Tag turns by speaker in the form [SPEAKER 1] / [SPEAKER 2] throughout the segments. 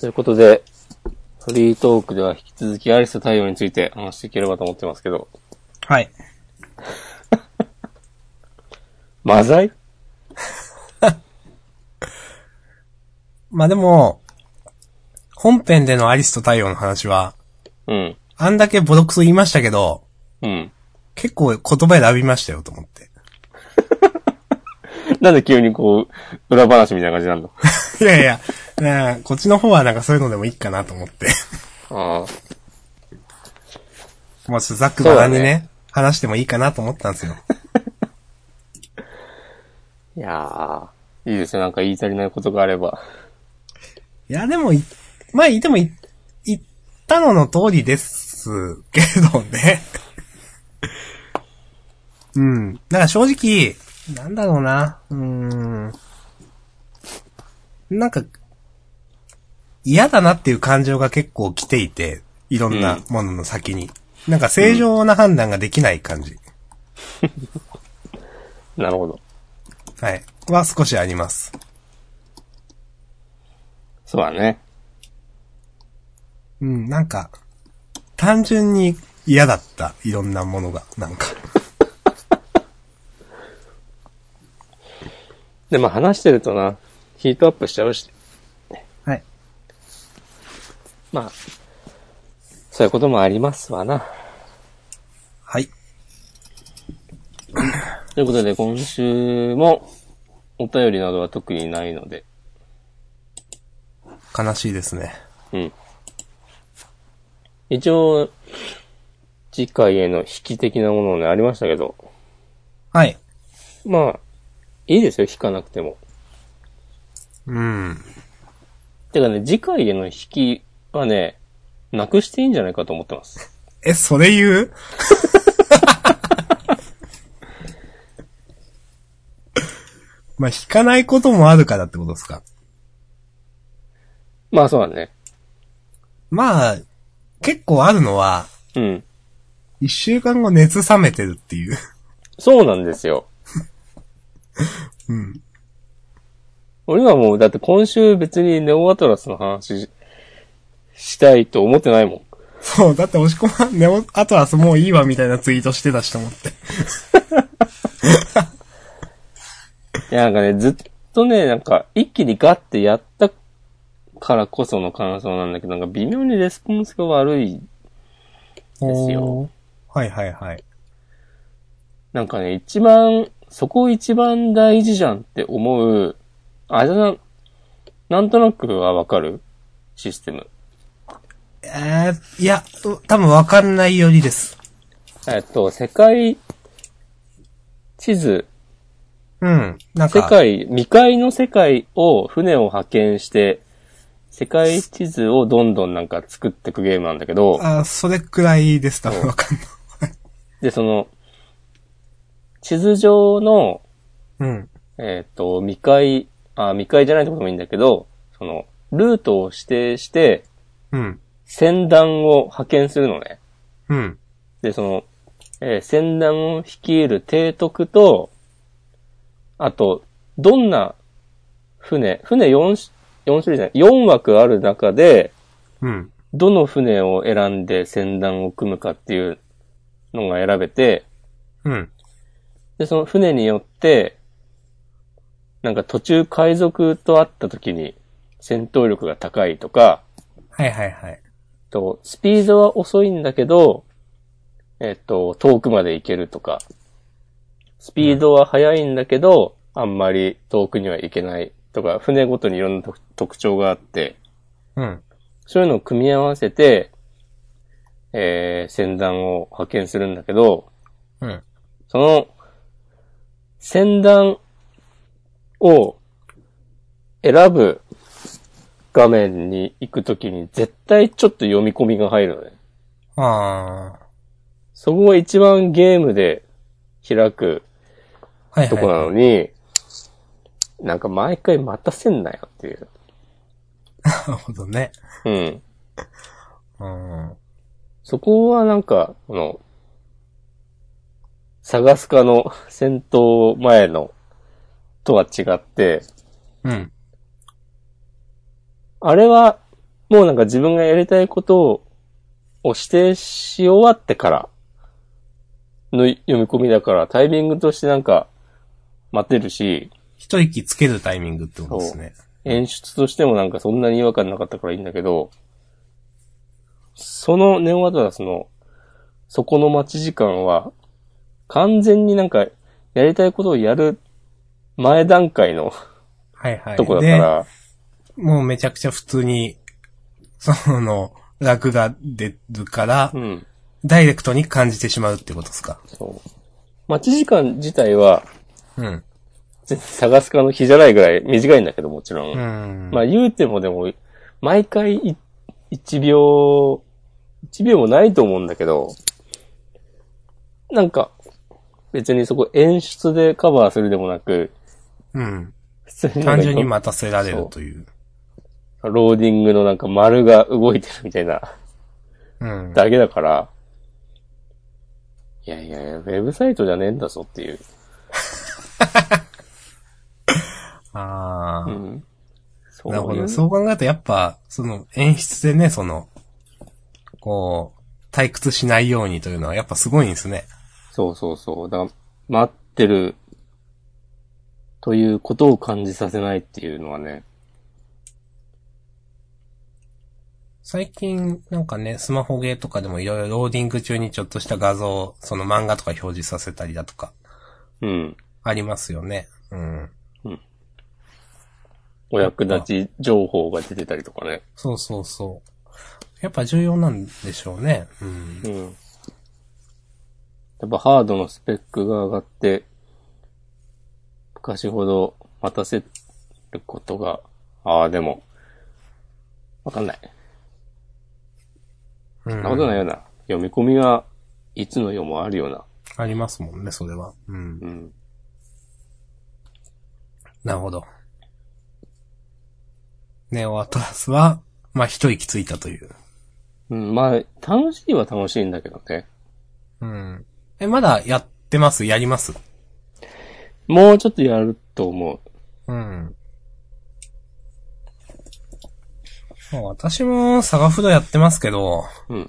[SPEAKER 1] ということで、フリートークでは引き続きアリスと太陽について話していければと思ってますけど、
[SPEAKER 2] はい。
[SPEAKER 1] マザイ
[SPEAKER 2] まあでも、本編でのアリスと太陽の話は、
[SPEAKER 1] うん。
[SPEAKER 2] あんだけボロクソ言いましたけど、
[SPEAKER 1] うん。
[SPEAKER 2] 結構言葉選びましたよと思って。
[SPEAKER 1] なんで急にこう、裏話みたいな感じなんの
[SPEAKER 2] いやいや、なあこっちの方はなんかそういうのでもいいかなと思って。
[SPEAKER 1] ああ。
[SPEAKER 2] もうちょっとざっくばらんに
[SPEAKER 1] そうだ
[SPEAKER 2] ね、話してもいいかなと思ったんですよ。
[SPEAKER 1] いやー、いいですね。なんか言い足りないことがあれば。
[SPEAKER 2] いや、でもい、前言ってもい言ったのの通りですけどね。 うん。だから正直、なんだろうな。うーん。なんか、嫌だなっていう感情が結構来ていて、いろんなものの先に。なんか正常な判断ができない感じ。
[SPEAKER 1] なるほど。
[SPEAKER 2] はい。は少しあります。
[SPEAKER 1] そうだね。
[SPEAKER 2] うん、なんか、単純に嫌だった。いろんなものが、なんか。
[SPEAKER 1] で、まあ話してるとな、ヒートアップしちゃうし、
[SPEAKER 2] はい。
[SPEAKER 1] まあ、そういうこともありますわな。
[SPEAKER 2] はい。
[SPEAKER 1] ということで、今週も、お便りなどは特にないので、
[SPEAKER 2] 悲しいですね。
[SPEAKER 1] うん。一応、次回への引き的なものもね、ありましたけど、
[SPEAKER 2] はい。
[SPEAKER 1] まあ、いいですよ、引かなくても。
[SPEAKER 2] うん。
[SPEAKER 1] てかね、次回への引きはね、なくしていいんじゃないかと思ってます。
[SPEAKER 2] え、それ言う まあ、引かないこともあるからってことですか。
[SPEAKER 1] まあ、そうだね。
[SPEAKER 2] まあ、結構あるのは、
[SPEAKER 1] うん。
[SPEAKER 2] 一週間後熱冷めてるっていう。
[SPEAKER 1] そうなんですよ。
[SPEAKER 2] うん。
[SPEAKER 1] 俺はもう、だって今週別にネオアトラスの話ししたいと思ってないもん。
[SPEAKER 2] そう、だって押し込まん、ね、おあとはもういいわみたいなツイートしてたしと思って。
[SPEAKER 1] いや、なんかね、ずっとね、なんか、一気にガッてやったからこその感想なんだけど、なんか微妙にレスポンスが悪い。ですよ
[SPEAKER 2] おー。はいはいはい。
[SPEAKER 1] なんかね、一番、そこ一番大事じゃんって思う、あれだな、なんとなくはわかるシステム。
[SPEAKER 2] えー、いや、う多分わかんないよりです。
[SPEAKER 1] えっと、世界地図、
[SPEAKER 2] うん。なんか、
[SPEAKER 1] 世界、未開の世界を船を派遣して、世界地図をどんどんなんか作っていくゲームなんだけど、
[SPEAKER 2] あ、それくらいです、多分わかんない。
[SPEAKER 1] で、その、地図上の、
[SPEAKER 2] うん。
[SPEAKER 1] えっ、と、未開、あ、未開じゃないってこともいいんだけど、その、ルートを指定して、
[SPEAKER 2] うん。
[SPEAKER 1] 船団を派遣するのね。
[SPEAKER 2] うん。
[SPEAKER 1] で、その、えー船団を率いる提督と、あと、どんな船、船4、四種類じゃない、4枠ある中で、
[SPEAKER 2] うん。
[SPEAKER 1] どの船を選んで船団を組むかっていうのが選べて、
[SPEAKER 2] うん。
[SPEAKER 1] で、その船によって、なんか途中海賊と会った時に戦闘力が高いとか、
[SPEAKER 2] はいはいはい。
[SPEAKER 1] とスピードは遅いんだけど、えっと、遠くまで行けるとか、スピードは速いんだけど、あんまり遠くには行けないとか、船ごとにいろんな特特徴があって、
[SPEAKER 2] うん。
[SPEAKER 1] そういうのを組み合わせて、えー、船団を派遣するんだけど、
[SPEAKER 2] うん。
[SPEAKER 1] その、先団を選ぶ画面に行くときに絶対ちょっと読み込みが入るのね。
[SPEAKER 2] あ
[SPEAKER 1] そこが一番ゲームで開く
[SPEAKER 2] ー。はい
[SPEAKER 1] とこな
[SPEAKER 2] は
[SPEAKER 1] のに、なんか毎回待たせんなよっていう。
[SPEAKER 2] い。なるほどね。
[SPEAKER 1] うん。
[SPEAKER 2] うん。
[SPEAKER 1] そこはなんか、この、探すかの戦闘前のとは違って、
[SPEAKER 2] うん。
[SPEAKER 1] あれは、もうなんか自分がやりたいことを、を指定し終わってからの読み込みだから、タイミングとしてなんか待てるし、
[SPEAKER 2] 一息つけるタイミングってことですね。
[SPEAKER 1] 演出としてもなんかそんなに違和感なかったからいいんだけど、そのネオアトラスの、そこの待ち時間は、完全になんか、やりたいことをやる前段階の
[SPEAKER 2] はいはい。
[SPEAKER 1] とこだから、
[SPEAKER 2] でもうめちゃくちゃ普通に、その、楽が出るから
[SPEAKER 1] う、ん。
[SPEAKER 2] ダイレクトに感じてしまうってことですか。
[SPEAKER 1] そう。待ち時間自体は、
[SPEAKER 2] うん。
[SPEAKER 1] 全然探すかの日じゃないぐらい短いんだけどもちろん。
[SPEAKER 2] うん。
[SPEAKER 1] まあ言うてもでも、毎回い1秒、1秒もないと思うんだけど、なんか、別にそこ演出でカバーするでもなく、
[SPEAKER 2] うん。
[SPEAKER 1] 普通になん
[SPEAKER 2] 単
[SPEAKER 1] か
[SPEAKER 2] 純に待たせられるという。
[SPEAKER 1] ローディングのなんか丸が動いてるみたいな
[SPEAKER 2] うん。
[SPEAKER 1] だけだから、いやいやいや、ウェブサイトじゃねえんだぞっていう。う
[SPEAKER 2] ああ。
[SPEAKER 1] ん。そ
[SPEAKER 2] なるほ
[SPEAKER 1] いう
[SPEAKER 2] ど。そう考えるとやっぱ、その演出でね、その、こう、退屈しないようにというのはやっぱすごいんですね。
[SPEAKER 1] そうそうそう。だから待ってる、ということを感じさせないっていうのはね。
[SPEAKER 2] 最近、なんかね、スマホゲーとかでもいろいろローディング中にちょっとした画像を、その漫画とか表示させたりだとか、
[SPEAKER 1] うん。
[SPEAKER 2] ありますよね。うん。
[SPEAKER 1] お役立ち情報が出てたりとかね。
[SPEAKER 2] そうそうそう。やっぱ重要なんでしょうね。うん。
[SPEAKER 1] うん。やっぱハードのスペックが上がって、昔ほど待たせることが、ああ、でも、わかんない。
[SPEAKER 2] う
[SPEAKER 1] そん
[SPEAKER 2] ん。
[SPEAKER 1] なことないような。読み込みはいつの世もあるような。
[SPEAKER 2] ありますもんね、それは。うん。
[SPEAKER 1] うん。
[SPEAKER 2] なるほど。ネオアトラスは、まあ、一息ついたという。
[SPEAKER 1] うん、まあ、楽しいは楽しいんだけどね。
[SPEAKER 2] うん。え、まだやってますやります
[SPEAKER 1] もうちょっとやると思う。
[SPEAKER 2] うん。まあ私もサガフドやってますけど、
[SPEAKER 1] うん。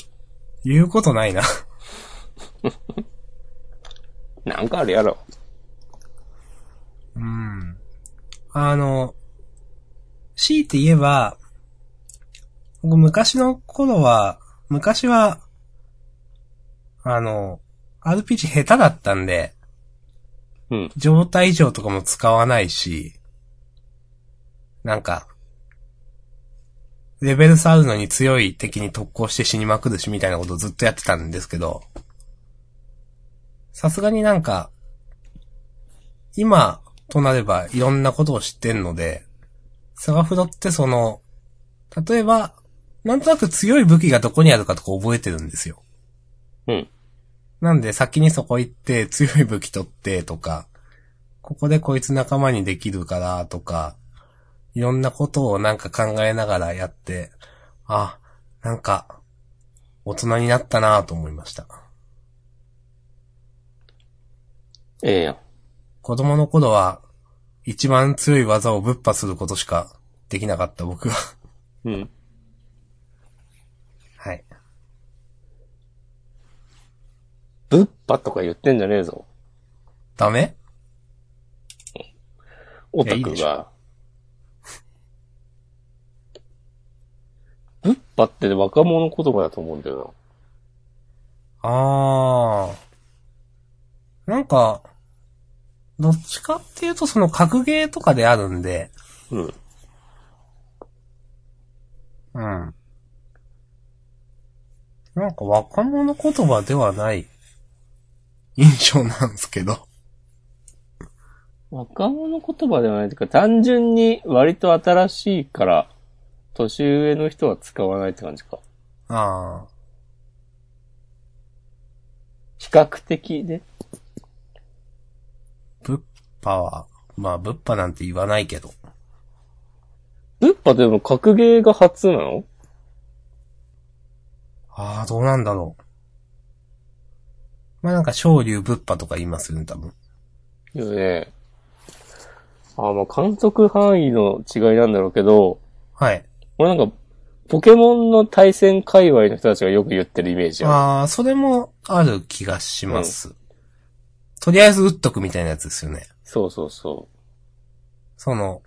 [SPEAKER 2] 言うことない な。
[SPEAKER 1] なんかあるやろ。
[SPEAKER 2] うん。あの、強いて言えば、僕昔の頃は、昔は、あの、RPG 下手だったんで、
[SPEAKER 1] うん。
[SPEAKER 2] 状態異常とかも使わないし、なんか、レベル差あるのに強い敵に特攻して死にまくるしみたいなことをずっとやってたんですけど、さすがになんか、今となればいろんなことを知ってんので、サガフロってその、例えば、なんとなく強い武器がどこにあるかとか覚えてるんですよ。
[SPEAKER 1] うん。
[SPEAKER 2] なんで先にそこ行って強い武器取ってとか、ここでこいつ仲間にできるからとか、いろんなことをなんか考えながらやって、あ、なんか、大人になったなぁと思いました。
[SPEAKER 1] ええやん。
[SPEAKER 2] 子供の頃は、一番強い技をぶっ破することしかできなかった僕は。
[SPEAKER 1] うん。
[SPEAKER 2] はい。
[SPEAKER 1] ぶっぱとか言ってんじゃねえぞ。
[SPEAKER 2] ダメ
[SPEAKER 1] オタ
[SPEAKER 2] いやい
[SPEAKER 1] ク
[SPEAKER 2] いでし
[SPEAKER 1] が。ぶっぱって若者言葉だと思うんだよ
[SPEAKER 2] あー。なんか、どっちかっていうとその格ゲーとかであるんで、
[SPEAKER 1] な。うん。
[SPEAKER 2] うん。なんか若者言葉ではない印象なんですけど。
[SPEAKER 1] 若者言葉ではないというか、単純に割と新しいから、年上の人は使わないって感じか。
[SPEAKER 2] ああ。
[SPEAKER 1] 比較的で。
[SPEAKER 2] ぶっぱは、まあぶっぱなんて言わないけど。
[SPEAKER 1] ぶっぱでも格ゲーが初なの
[SPEAKER 2] ああ、どうなんだろう。まあなんか昇竜ぶっぱとか言いますよね、多分。
[SPEAKER 1] よね。あまあ、観測範囲の違いなんだろうけど、
[SPEAKER 2] はい。
[SPEAKER 1] 俺なんか、ポケモンの対戦界隈の人たちがよく言ってるイメージあ
[SPEAKER 2] ああ、それもある気がします。とりあえず打っとくみたいなやつですよね。
[SPEAKER 1] る。そうそうそう。
[SPEAKER 2] その、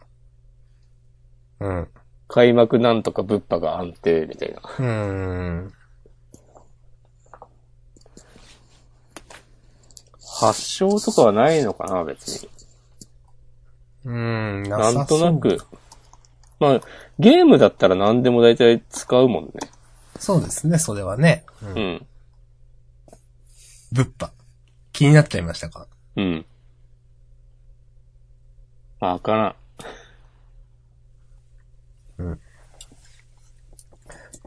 [SPEAKER 2] うん。
[SPEAKER 1] 開幕なんとか物波が安定みたいな。
[SPEAKER 2] うーん。
[SPEAKER 1] 発症とかはないのかな、別に。
[SPEAKER 2] うーん、なさ
[SPEAKER 1] なんと
[SPEAKER 2] そう
[SPEAKER 1] なく。。まあ、ゲームだったら何でも大体使うもんね。
[SPEAKER 2] そうですね、それはね。うん
[SPEAKER 1] うん。
[SPEAKER 2] 物販。気になっちゃいましたか
[SPEAKER 1] うん。まあ、わからん。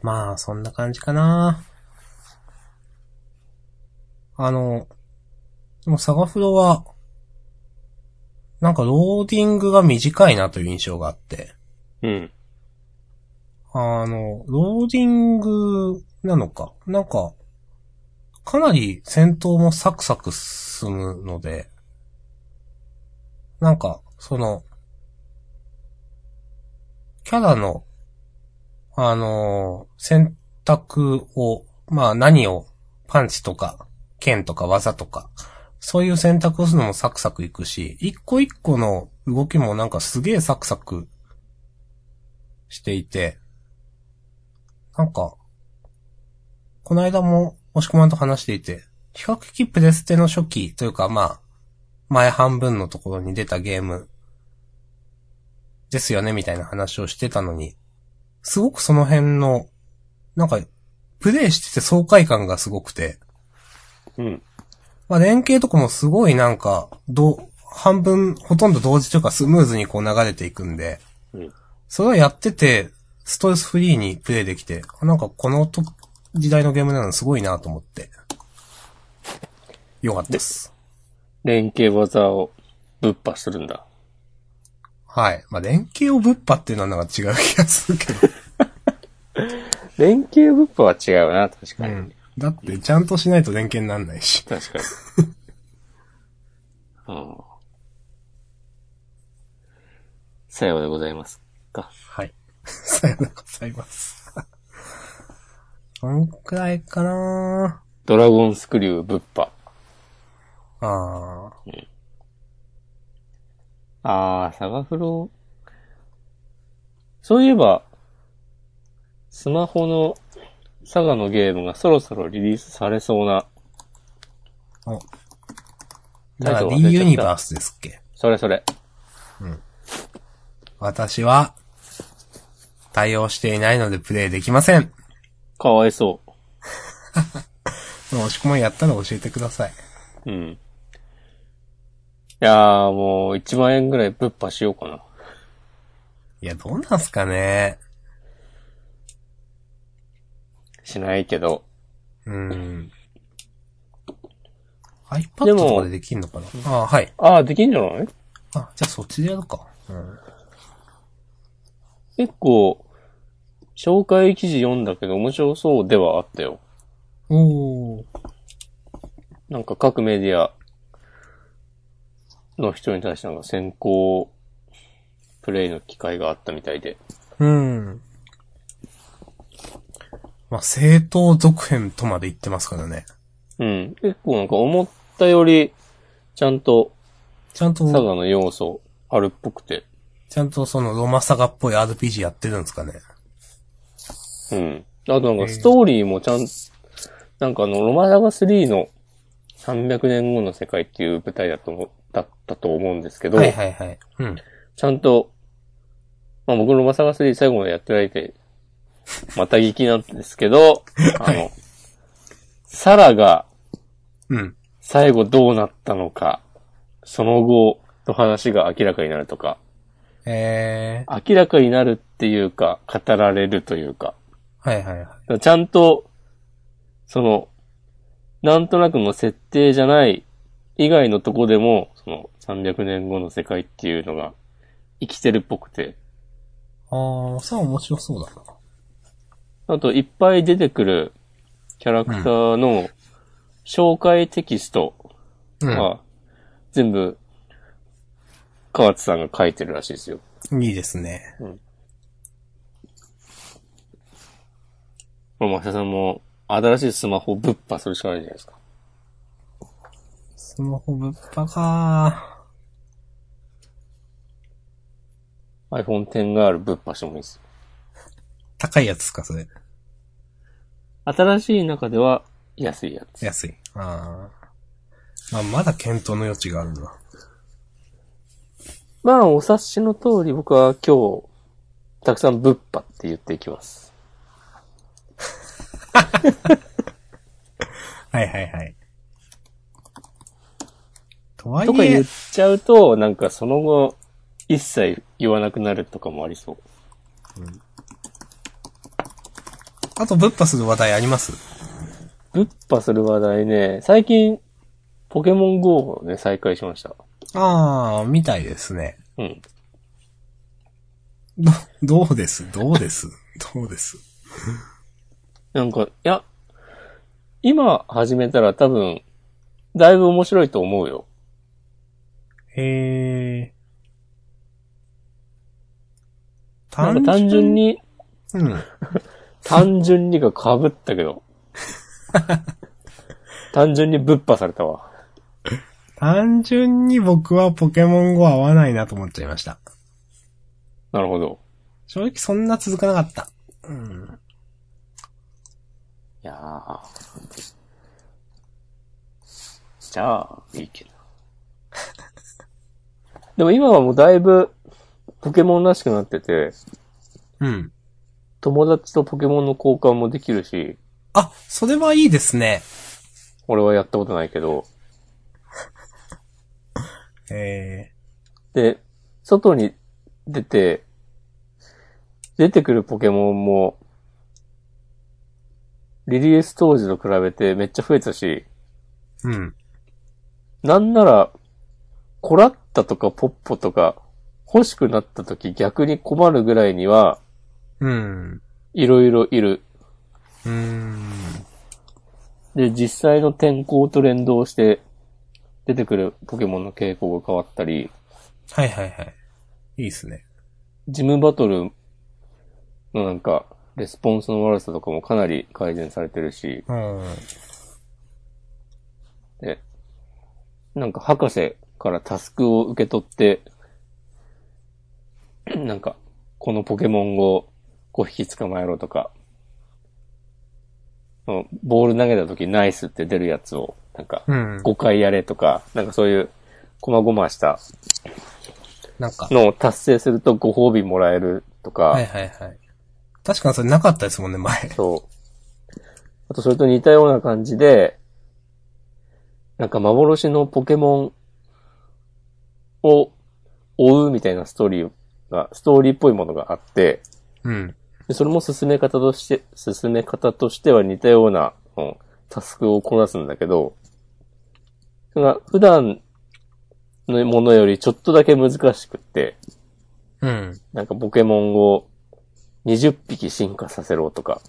[SPEAKER 2] まあ、そんな感じかな。あの、でもサガフロは、なんかローディングが短いなという印象があって、
[SPEAKER 1] うん。
[SPEAKER 2] あの、ローディングなのか、なんか、かなり戦闘もサクサク進むので、なんか、その、キャラの、あのー選択を、まあ何を、パンチとか、剣とか技とか、そういう選択をするのもサクサクいくし、一個一個の動きもなんかすげえサクサクしていて、なんか、この間も、押し込まんと話していて、比較的プレステの初期というかまあ、前半分のところに出たゲームですよねみたいな話をしてたのに、すごくその辺の、なんか、プレイしてて爽快感がすごくて、
[SPEAKER 1] うん。
[SPEAKER 2] まあ連携とかもすごいなんか、ど、半分、ほとんど同時というかスムーズにこう流れていくんで、
[SPEAKER 1] うん。
[SPEAKER 2] それはやってて、ストレスフリーにプレイできて、あなんかこのと時代のゲームなのすごいなと思って。よかったです。
[SPEAKER 1] 連携技をぶっ破するんだ。
[SPEAKER 2] はい。まあ、連携をぶっ破っていうのはなんか違う気がするけど。
[SPEAKER 1] 連携ぶっ破は違うな、確か
[SPEAKER 2] う
[SPEAKER 1] に。
[SPEAKER 2] ん。だって、ちゃんとしないと連携になんないし。
[SPEAKER 1] 確 かに。うん。さようでございますか。
[SPEAKER 2] はい。 さようでございます。 どんくらいかな
[SPEAKER 1] ドラゴンスクリューぶっ破。
[SPEAKER 2] あー。
[SPEAKER 1] あー、サガフロそういえば、スマホのサガのゲームがそろそろリリースされそうな、タ
[SPEAKER 2] お。
[SPEAKER 1] イ
[SPEAKER 2] だ
[SPEAKER 1] ト
[SPEAKER 2] か
[SPEAKER 1] ル忘れちゃった
[SPEAKER 2] ら D ユニバースですっけ
[SPEAKER 1] それそれ。
[SPEAKER 2] 私は、対応していないのでプレイできません。
[SPEAKER 1] かわいそ
[SPEAKER 2] 押し込まんやったら教えてください。
[SPEAKER 1] う。うん。いやー、もう1万円ぐらいぶっ破しようかな。
[SPEAKER 2] いや、どうなんすかね。
[SPEAKER 1] しないけど。
[SPEAKER 2] うん。iPad とかでできんのかなああ、はい。
[SPEAKER 1] あー、できんじゃない
[SPEAKER 2] あ、じゃあそっちでやるか。うん。
[SPEAKER 1] 結構、紹介記事読んだけど面白そうではあったよ。
[SPEAKER 2] おー。
[SPEAKER 1] なんか各メディアの人に対してなんか先行プレイの機会があったみたいで。
[SPEAKER 2] うん。まあ、正当続編とまで言ってますからね。
[SPEAKER 1] うん。結構なんか思ったより、ちゃんと
[SPEAKER 2] ちゃん
[SPEAKER 1] サガ
[SPEAKER 2] と、
[SPEAKER 1] の要素あるっぽくて。
[SPEAKER 2] ちゃんとそのロマサガっぽい RPG やってるんですかね。
[SPEAKER 1] うん。あとなんかストーリーもちゃん、なんかあの、ロマサガ3の300年後の世界っていう舞台だと思だったと思うんですけど、
[SPEAKER 2] はいはいはい。うん。
[SPEAKER 1] ちゃんと、まあ僕のマサガ3最後までやってないで、また聞きなんですけど、あの、サラが
[SPEAKER 2] うん。
[SPEAKER 1] 最後どうなったのか、その後の話が明らかになるとか、
[SPEAKER 2] えー。
[SPEAKER 1] 明らかになるっていうか、語られるというか、
[SPEAKER 2] はいはいはい。
[SPEAKER 1] ちゃんと、その、なんとなくの設定じゃない以外のとこでも、その300年後の世界っていうのが生きてるっぽくて、
[SPEAKER 2] ああ、そう面白そうだな。
[SPEAKER 1] あと、いっぱい出てくるキャラクターの紹介テキスト
[SPEAKER 2] うん。
[SPEAKER 1] は、全部、河津さんが書いてるらしいですよ。
[SPEAKER 2] いいですね。
[SPEAKER 1] もう、マシャさんも、新しいスマホをぶっぱするしかないじゃないですか。
[SPEAKER 2] スマホぶっぱか
[SPEAKER 1] iPhone X があるぶっぱしてもいいです。
[SPEAKER 2] 高いやつですか、それ。
[SPEAKER 1] 新しい中では、安いやつ。
[SPEAKER 2] 安い。ああ。まあ、まだ検討の余地があるな。
[SPEAKER 1] まあ、お察しの通り、僕は今日、たくさんぶっぱって言っていきます。
[SPEAKER 2] はいはいはい。とはい
[SPEAKER 1] とか言
[SPEAKER 2] え
[SPEAKER 1] っ、ちゃうと、なんかその後、一切言わなくなるとかもありそう。
[SPEAKER 2] あとぶっぱする話題あります
[SPEAKER 1] ぶっぱする話題ね、最近、ポケモン GO をね、再開しました。
[SPEAKER 2] ああ、みたいですね。
[SPEAKER 1] うん。
[SPEAKER 2] ど、どうですどうですどうです
[SPEAKER 1] なんか、いや、今始めたら多分、だいぶ面白いと思うよ。
[SPEAKER 2] へえ。
[SPEAKER 1] なんか単純。に、
[SPEAKER 2] うん。
[SPEAKER 1] 単純にが被ったけ ど。単純にぶっぱされたわ。
[SPEAKER 2] 単純に僕はポケモン GO 合わないなと思っちゃいました。
[SPEAKER 1] なるほど。
[SPEAKER 2] 正直そんな続かなかった。うん。
[SPEAKER 1] いやーじゃあ、いいけど。でも今はもうだいぶ、ポケモンらしくなってて、
[SPEAKER 2] うん。
[SPEAKER 1] 友達とポケモンの交換もできるし、
[SPEAKER 2] あ、それはいいですね。
[SPEAKER 1] 俺はやったことないけど、
[SPEAKER 2] え
[SPEAKER 1] で、外に出て、出てくるポケモンも、リリース当時と比べてめっちゃ増えたし、
[SPEAKER 2] ー、うん。
[SPEAKER 1] なんなら、コラッタとかポッポとか欲しくなった時逆に困るぐらいには、
[SPEAKER 2] うん。
[SPEAKER 1] いろいろいる。
[SPEAKER 2] うーん。
[SPEAKER 1] で、実際の天候と連動して出てくるポケモンの傾向が変わったり、
[SPEAKER 2] はいはいはい。いいですね。
[SPEAKER 1] ジムバトルのなんか、レスポンスの悪さとかもかなり改善されてるし、
[SPEAKER 2] うん。
[SPEAKER 1] で、なんか博士からタスクを受け取って、なんか、このポケモンを5匹捕まえろとか、うんボール投げた時ナイスって出るやつを、なんか、
[SPEAKER 2] うん。
[SPEAKER 1] 5回やれとか、なんかそういう、こまごました
[SPEAKER 2] なんか。
[SPEAKER 1] のを達成するとご褒美もらえるとか、
[SPEAKER 2] はいはいはい。確かにそれなかったですもんね、前。
[SPEAKER 1] そう。あと、それと似たような感じで、なんか幻のポケモンを追うみたいなストーリーが、ストーリーっぽいものがあって、
[SPEAKER 2] うん。
[SPEAKER 1] でそれも進め方として、進め方としては似たような、うんタスクをこなすんだけど、それが普段のものよりちょっとだけ難しくって、
[SPEAKER 2] うん。
[SPEAKER 1] なんかポケモンを20匹進化させろとか、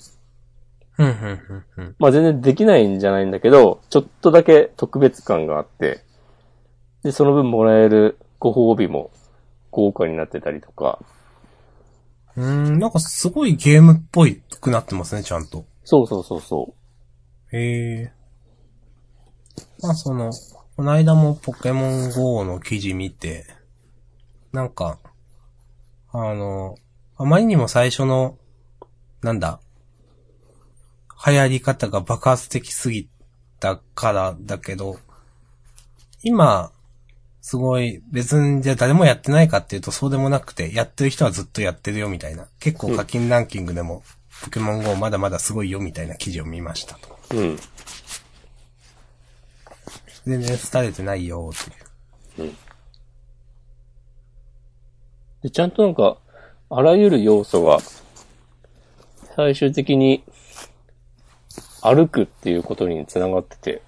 [SPEAKER 2] うん、うん、うん。
[SPEAKER 1] まあ全然できないんじゃないんだけど、ちょっとだけ特別感があって、で、その分もらえるご褒美も豪華になってたりとか、
[SPEAKER 2] うん、なんかすごいゲームっぽいくなってますね、ちゃんと。
[SPEAKER 1] そうそうそうそ
[SPEAKER 2] へえ。まあその、この間もポケモン GO の記事見て、なんか、あの、あまりにも最初の、なんだ、流行り方が爆発的すぎたからだけど、今、すごい別にじゃあ誰もやってないかっていうとそうでもなくて、やってる人はずっとやってるよみたいな。結構課金ランキングでも、ポケモン GO まだまだすごいよみたいな記事を見ましたと。
[SPEAKER 1] う。うん。
[SPEAKER 2] 全然廃れてないよーっていう。
[SPEAKER 1] で、ちゃんとなんか、あらゆる要素が、最終的に、歩くっていうことにつながってて、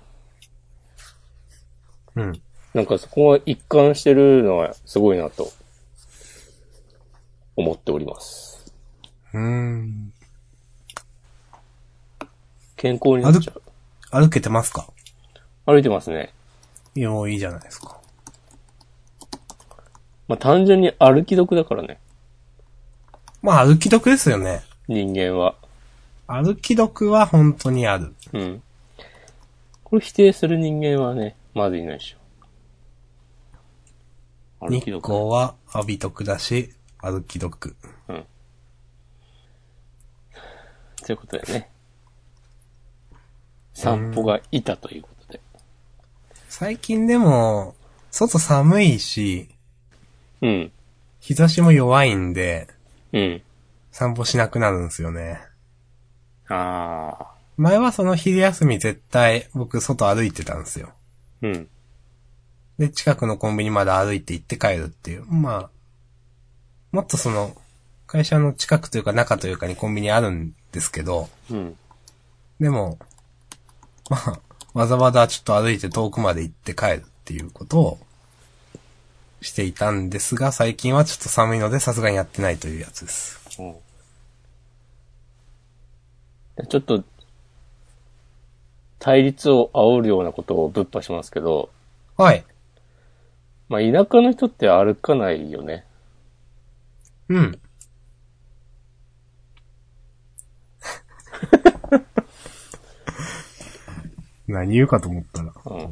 [SPEAKER 2] うん。
[SPEAKER 1] なんかそこが一貫してるのはすごいなと、思っております。
[SPEAKER 2] うーん。
[SPEAKER 1] 健康になっちゃう。
[SPEAKER 2] 歩けてますか
[SPEAKER 1] 歩いてますね。
[SPEAKER 2] いや、いいじゃないですか。
[SPEAKER 1] まあ単純に歩き得だからね。
[SPEAKER 2] まあ、歩き得ですよね。
[SPEAKER 1] 人間は。
[SPEAKER 2] 歩き力は本当にある。
[SPEAKER 1] うん。これ否定する人間はね、まずいないでしょ。歩
[SPEAKER 2] 日
[SPEAKER 1] き
[SPEAKER 2] 光
[SPEAKER 1] 力。
[SPEAKER 2] は浴び得だし、歩き得。
[SPEAKER 1] うん。ということでね。散歩がいたということで。
[SPEAKER 2] 最近でも、外寒いし、
[SPEAKER 1] うん。
[SPEAKER 2] 日差しも弱いんで、
[SPEAKER 1] うん。
[SPEAKER 2] 散歩しなくなるんですよね。
[SPEAKER 1] ああ。
[SPEAKER 2] 前はその昼休み絶対僕外歩いてたんですよ。
[SPEAKER 1] うん。
[SPEAKER 2] で、近くのコンビニまで歩いて行って帰るっていう。まあ、もっとその、会社の近くというか中というかにコンビニあるんですけど、
[SPEAKER 1] うん。
[SPEAKER 2] でも、まあ、わざわざちょっと歩いて遠くまで行って帰るっていうことをしていたんですが、最近はちょっと寒いのでさすがにやってないというやつです。
[SPEAKER 1] うんちょっと、対立を煽るようなことをぶっ破しますけど、
[SPEAKER 2] はい。
[SPEAKER 1] まあ、田舎の人って歩かないよね。
[SPEAKER 2] うん。 何言うかと思ったら。
[SPEAKER 1] うん。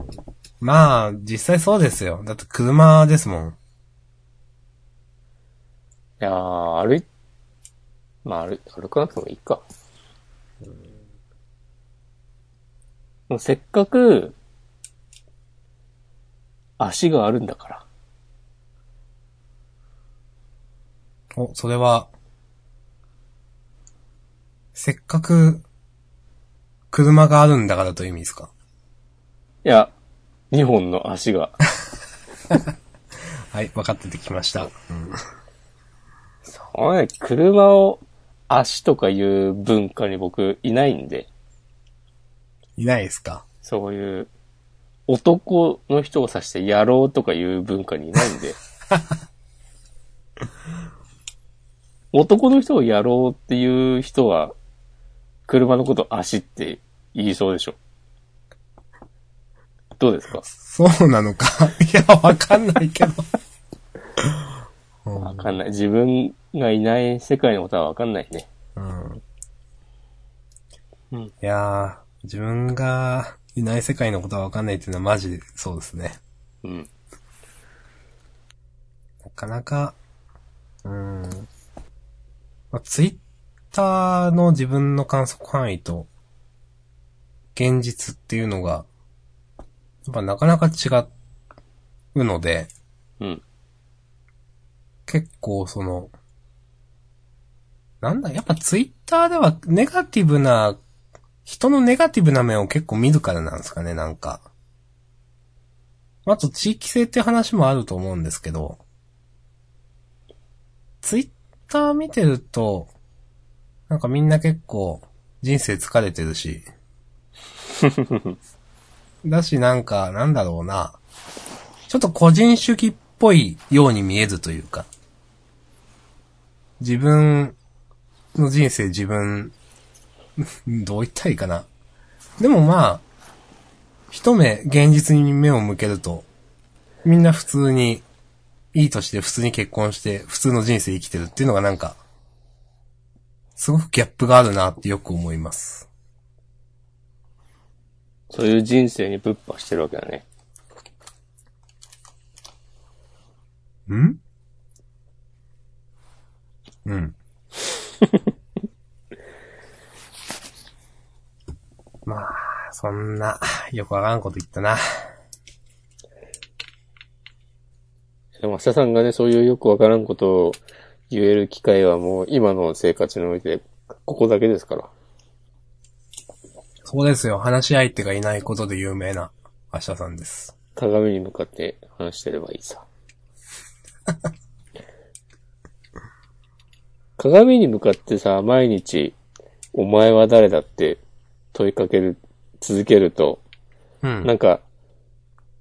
[SPEAKER 2] まあ、実際そうですよ。だって車ですもん。
[SPEAKER 1] いやー、歩い、まあ歩い、歩かなくてもいいか。もうせっかく、足があるんだから。
[SPEAKER 2] お、それは、せっかく、車があるんだからという意味ですか。
[SPEAKER 1] いや、二本の足が。
[SPEAKER 2] はい、分かっててきました。
[SPEAKER 1] そうね、車を足とかいう文化に僕いないんで、
[SPEAKER 2] いないですか
[SPEAKER 1] そういう男の人を指して野郎とかいう文化にいないんで。男の人を野郎っていう人は、車のこと足って言いそうでしょ。どうですか
[SPEAKER 2] そうなのか。 いや、わかんないけど。
[SPEAKER 1] わかんない。自分がいない世界のことはわかんないね。
[SPEAKER 2] うん。
[SPEAKER 1] うん
[SPEAKER 2] いやー、自分がいない世界のことはわかんないっていうのはマジでそうですね。
[SPEAKER 1] うん。
[SPEAKER 2] なかなか、うん。まあ、ツイッターの自分の観測範囲と、現実っていうのが、やっぱなかなか違うので、
[SPEAKER 1] うん。
[SPEAKER 2] 結構その、なんだ、やっぱツイッターではネガティブな、人のネガティブな面を結構見るからなんですかね、なんか。あと地域性っていう話もあると思うんですけど、ツイッター見てると、なんかみんな結構人生疲れてるし、だしなんか、なんだろうな、ちょっと個人主義っぽいように見えるというか、自分の人生自分、どう言ったらいいかな。でもまあ、一目現実に目を向けると、みんな普通に、いい年で普通に結婚して、普通の人生生きてるっていうのがなんか、すごくギャップがあるなってよく思います。
[SPEAKER 1] そういう人生にぶっ破してるわけだね。
[SPEAKER 2] んうん。 まあ、そんな、よくわからんこと言ったな。
[SPEAKER 1] でも、明日さんがね、そういうよくわからんことを言える機会はもう今の生活において、ここだけですから。
[SPEAKER 2] そうですよ。話し相手がいないことで有名な、明日さんです。
[SPEAKER 1] 鏡に向かって話してればいい さ。鏡に向かってさ、毎日、お前は誰だって問いかける、続けると、
[SPEAKER 2] うん。
[SPEAKER 1] なんか、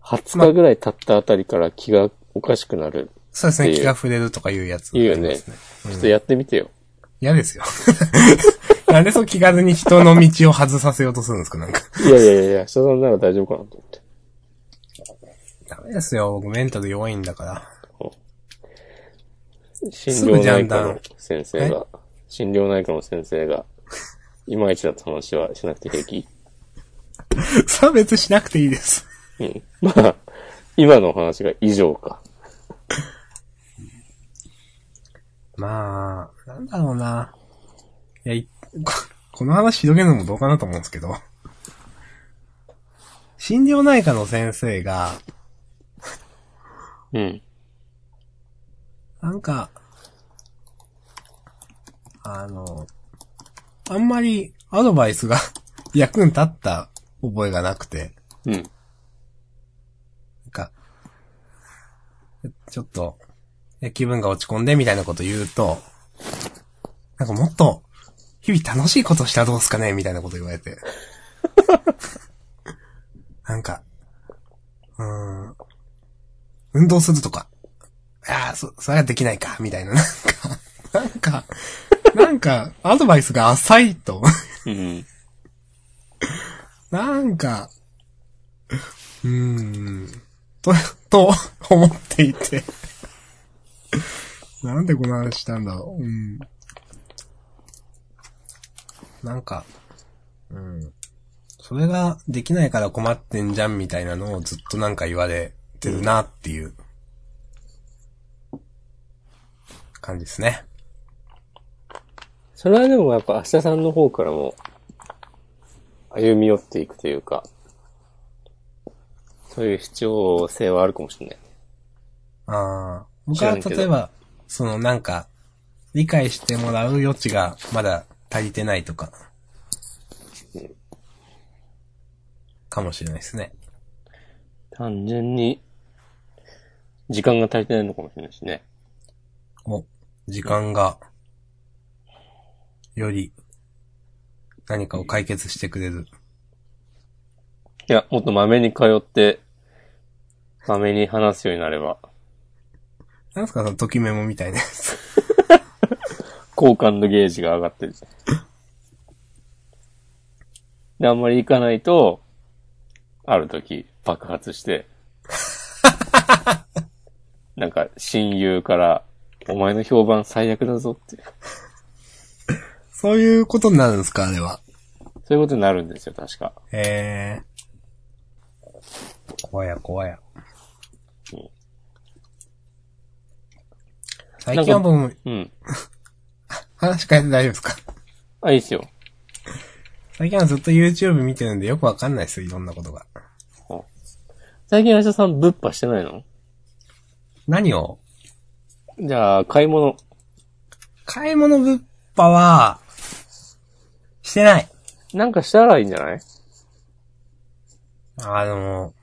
[SPEAKER 1] 20日ぐらい経ったあたりから気がおかしくなる。
[SPEAKER 2] そうですね。
[SPEAKER 1] っていう
[SPEAKER 2] 気が触れるとかいうやつ、
[SPEAKER 1] 言うよね。ちょっとやってみて よ。
[SPEAKER 2] 嫌ですよ。 なんでそう気軽に人の道を外させようとするんですかなんか。
[SPEAKER 1] いやいやいやいや、下さんなら大丈夫かなと思って。
[SPEAKER 2] ダメですよ。僕メンタル弱いんだから。
[SPEAKER 1] 心療内科の先生が、心療内科の先生が、いまいちだった話はしなくて平気
[SPEAKER 2] 差別しなくていいです。
[SPEAKER 1] うん。まあ、今のお話が以上か。
[SPEAKER 2] まあ、なんだろうな。いや、い ここの話広げるのもどうかなと思うんですけど。心療内科の先生が、
[SPEAKER 1] うん。
[SPEAKER 2] なんか、あの、あんまりアドバイスが 役に立った覚えがなくて、
[SPEAKER 1] うん。
[SPEAKER 2] なんか、ちょっと、いや気分が落ち込んでみたいなこと言うと、なんかもっと、日々楽しいことしたらどうすかねみたいなこと言われて。 なんか、うーん、運動するとか、ああ、そ、それはできないか、みたいな、なんか、なんか、なんか、アドバイスが浅いと。
[SPEAKER 1] うん。
[SPEAKER 2] なんか、うーん、と、 と、思っていて。 なんでこの話したんだろう。うん。なんか、うん。それができないから困ってんじゃんみたいなのをずっとなんか言われてるなっていう感じですね。
[SPEAKER 1] それはでもやっぱ明日さんの方からも、歩み寄っていくというか、そういう必要性はあるかもしれない。
[SPEAKER 2] ああ。
[SPEAKER 1] 知
[SPEAKER 2] 僕
[SPEAKER 1] ら
[SPEAKER 2] は
[SPEAKER 1] んけど
[SPEAKER 2] 例えば、そのなんか、理解してもらう余地がまだ足りてないとか、かもしれないですね。
[SPEAKER 1] 単純に、時間が足りてないのかもしれないしね。
[SPEAKER 2] お、時間が、より、何かを解決してくれる。
[SPEAKER 1] いや、もっとまめに通って、まめに話すようになれば、
[SPEAKER 2] なんすかそのときメモみたいなや つ。
[SPEAKER 1] 好感度ゲージが上がってる。で、あんまり行かないと、ある時爆発して、なんか親友から、お前の評判最悪だぞって、
[SPEAKER 2] そういうことになるんですかあれは。
[SPEAKER 1] そういうことになるんですよ、確か。
[SPEAKER 2] えー。怖や怖や
[SPEAKER 1] うん。
[SPEAKER 2] 最近はもう、
[SPEAKER 1] うん。
[SPEAKER 2] 話変えて大丈夫ですか
[SPEAKER 1] あ、いいっすよ。
[SPEAKER 2] 最近はずっと YouTube 見てるんでよくわかんないですよ、いろんなことが。
[SPEAKER 1] 最近、明日さん、ぶっぱしてないの
[SPEAKER 2] 何を
[SPEAKER 1] じゃあ、買い物。
[SPEAKER 2] 買い物物販は、してない。
[SPEAKER 1] なんかしたらいいんじゃない
[SPEAKER 2] あの、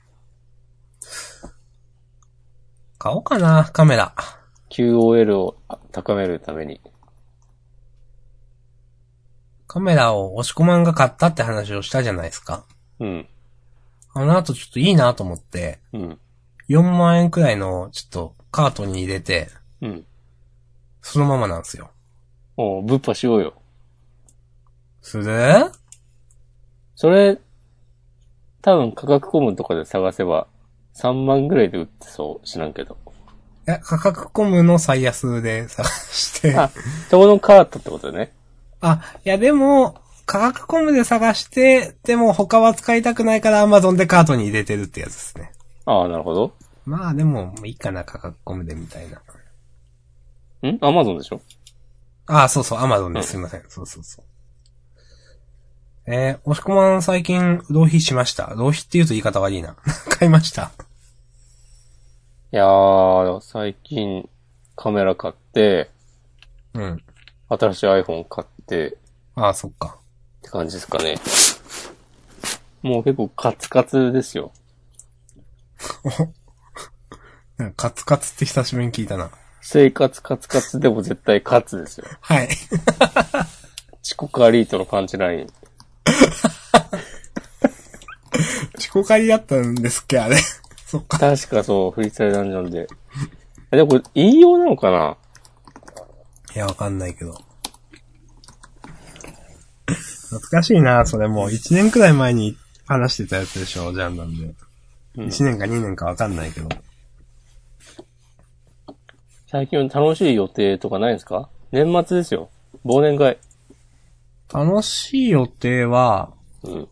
[SPEAKER 2] 買おうかな、カメラ。
[SPEAKER 1] ?QOL を高めるために。
[SPEAKER 2] カメラを押し込まんが買ったって話をしたじゃないですか。
[SPEAKER 1] うん。
[SPEAKER 2] あの後ちょっといいなと思って、
[SPEAKER 1] うん。
[SPEAKER 2] 4万円くらいの、ちょっと、カートに入れて、
[SPEAKER 1] うん。
[SPEAKER 2] そのままなんですよ。
[SPEAKER 1] おうぶっぱしようよ。
[SPEAKER 2] する
[SPEAKER 1] それ、多分価格顧問とかで探せば、3万ぐらいで売ってそう、知らんけど。
[SPEAKER 2] いや、価格コムの最安で探して。
[SPEAKER 1] あ、そこのカートってことだね。
[SPEAKER 2] あ、いやでも、価格コムで探して、でも他は使いたくないから Amazon でカートに入れてるってやつですね。
[SPEAKER 1] ああ、なるほど。
[SPEAKER 2] まあでも、もういいかな、価格コムでみたいな。
[SPEAKER 1] んアマゾンでしょ
[SPEAKER 2] あ、そうそう、Amazon です。すいません。そうそうそう。えー、押し込まん最近、浪費しました。浪費って言うと言い方悪いな。 買いました。
[SPEAKER 1] いやー、最近カメラ買って、
[SPEAKER 2] うん。
[SPEAKER 1] 新しい iPhone 買って
[SPEAKER 2] あそっか。
[SPEAKER 1] って感じですかね。もう結構カツカツですよ。
[SPEAKER 2] なんかカツカツって久しぶりに聞いたな。
[SPEAKER 1] 生活カツカツでも絶対カツですよ。
[SPEAKER 2] はい。
[SPEAKER 1] チコカリートのパンチライン。
[SPEAKER 2] 自己狩りだったんですっけ、あれ。 そっか。
[SPEAKER 1] 確かそう、フリースタイルダンジョンで。えでもこれ、引用なのかない
[SPEAKER 2] や、わかんないけど。懐かしいな、それもう。1年くらい前に話してたやつでしょ、ジャンダンで。
[SPEAKER 1] うん
[SPEAKER 2] 1年か2年かわかんないけど。
[SPEAKER 1] 最近楽しい予定とかないんですか年末ですよ。忘年会。
[SPEAKER 2] 楽しい予定は、
[SPEAKER 1] うん。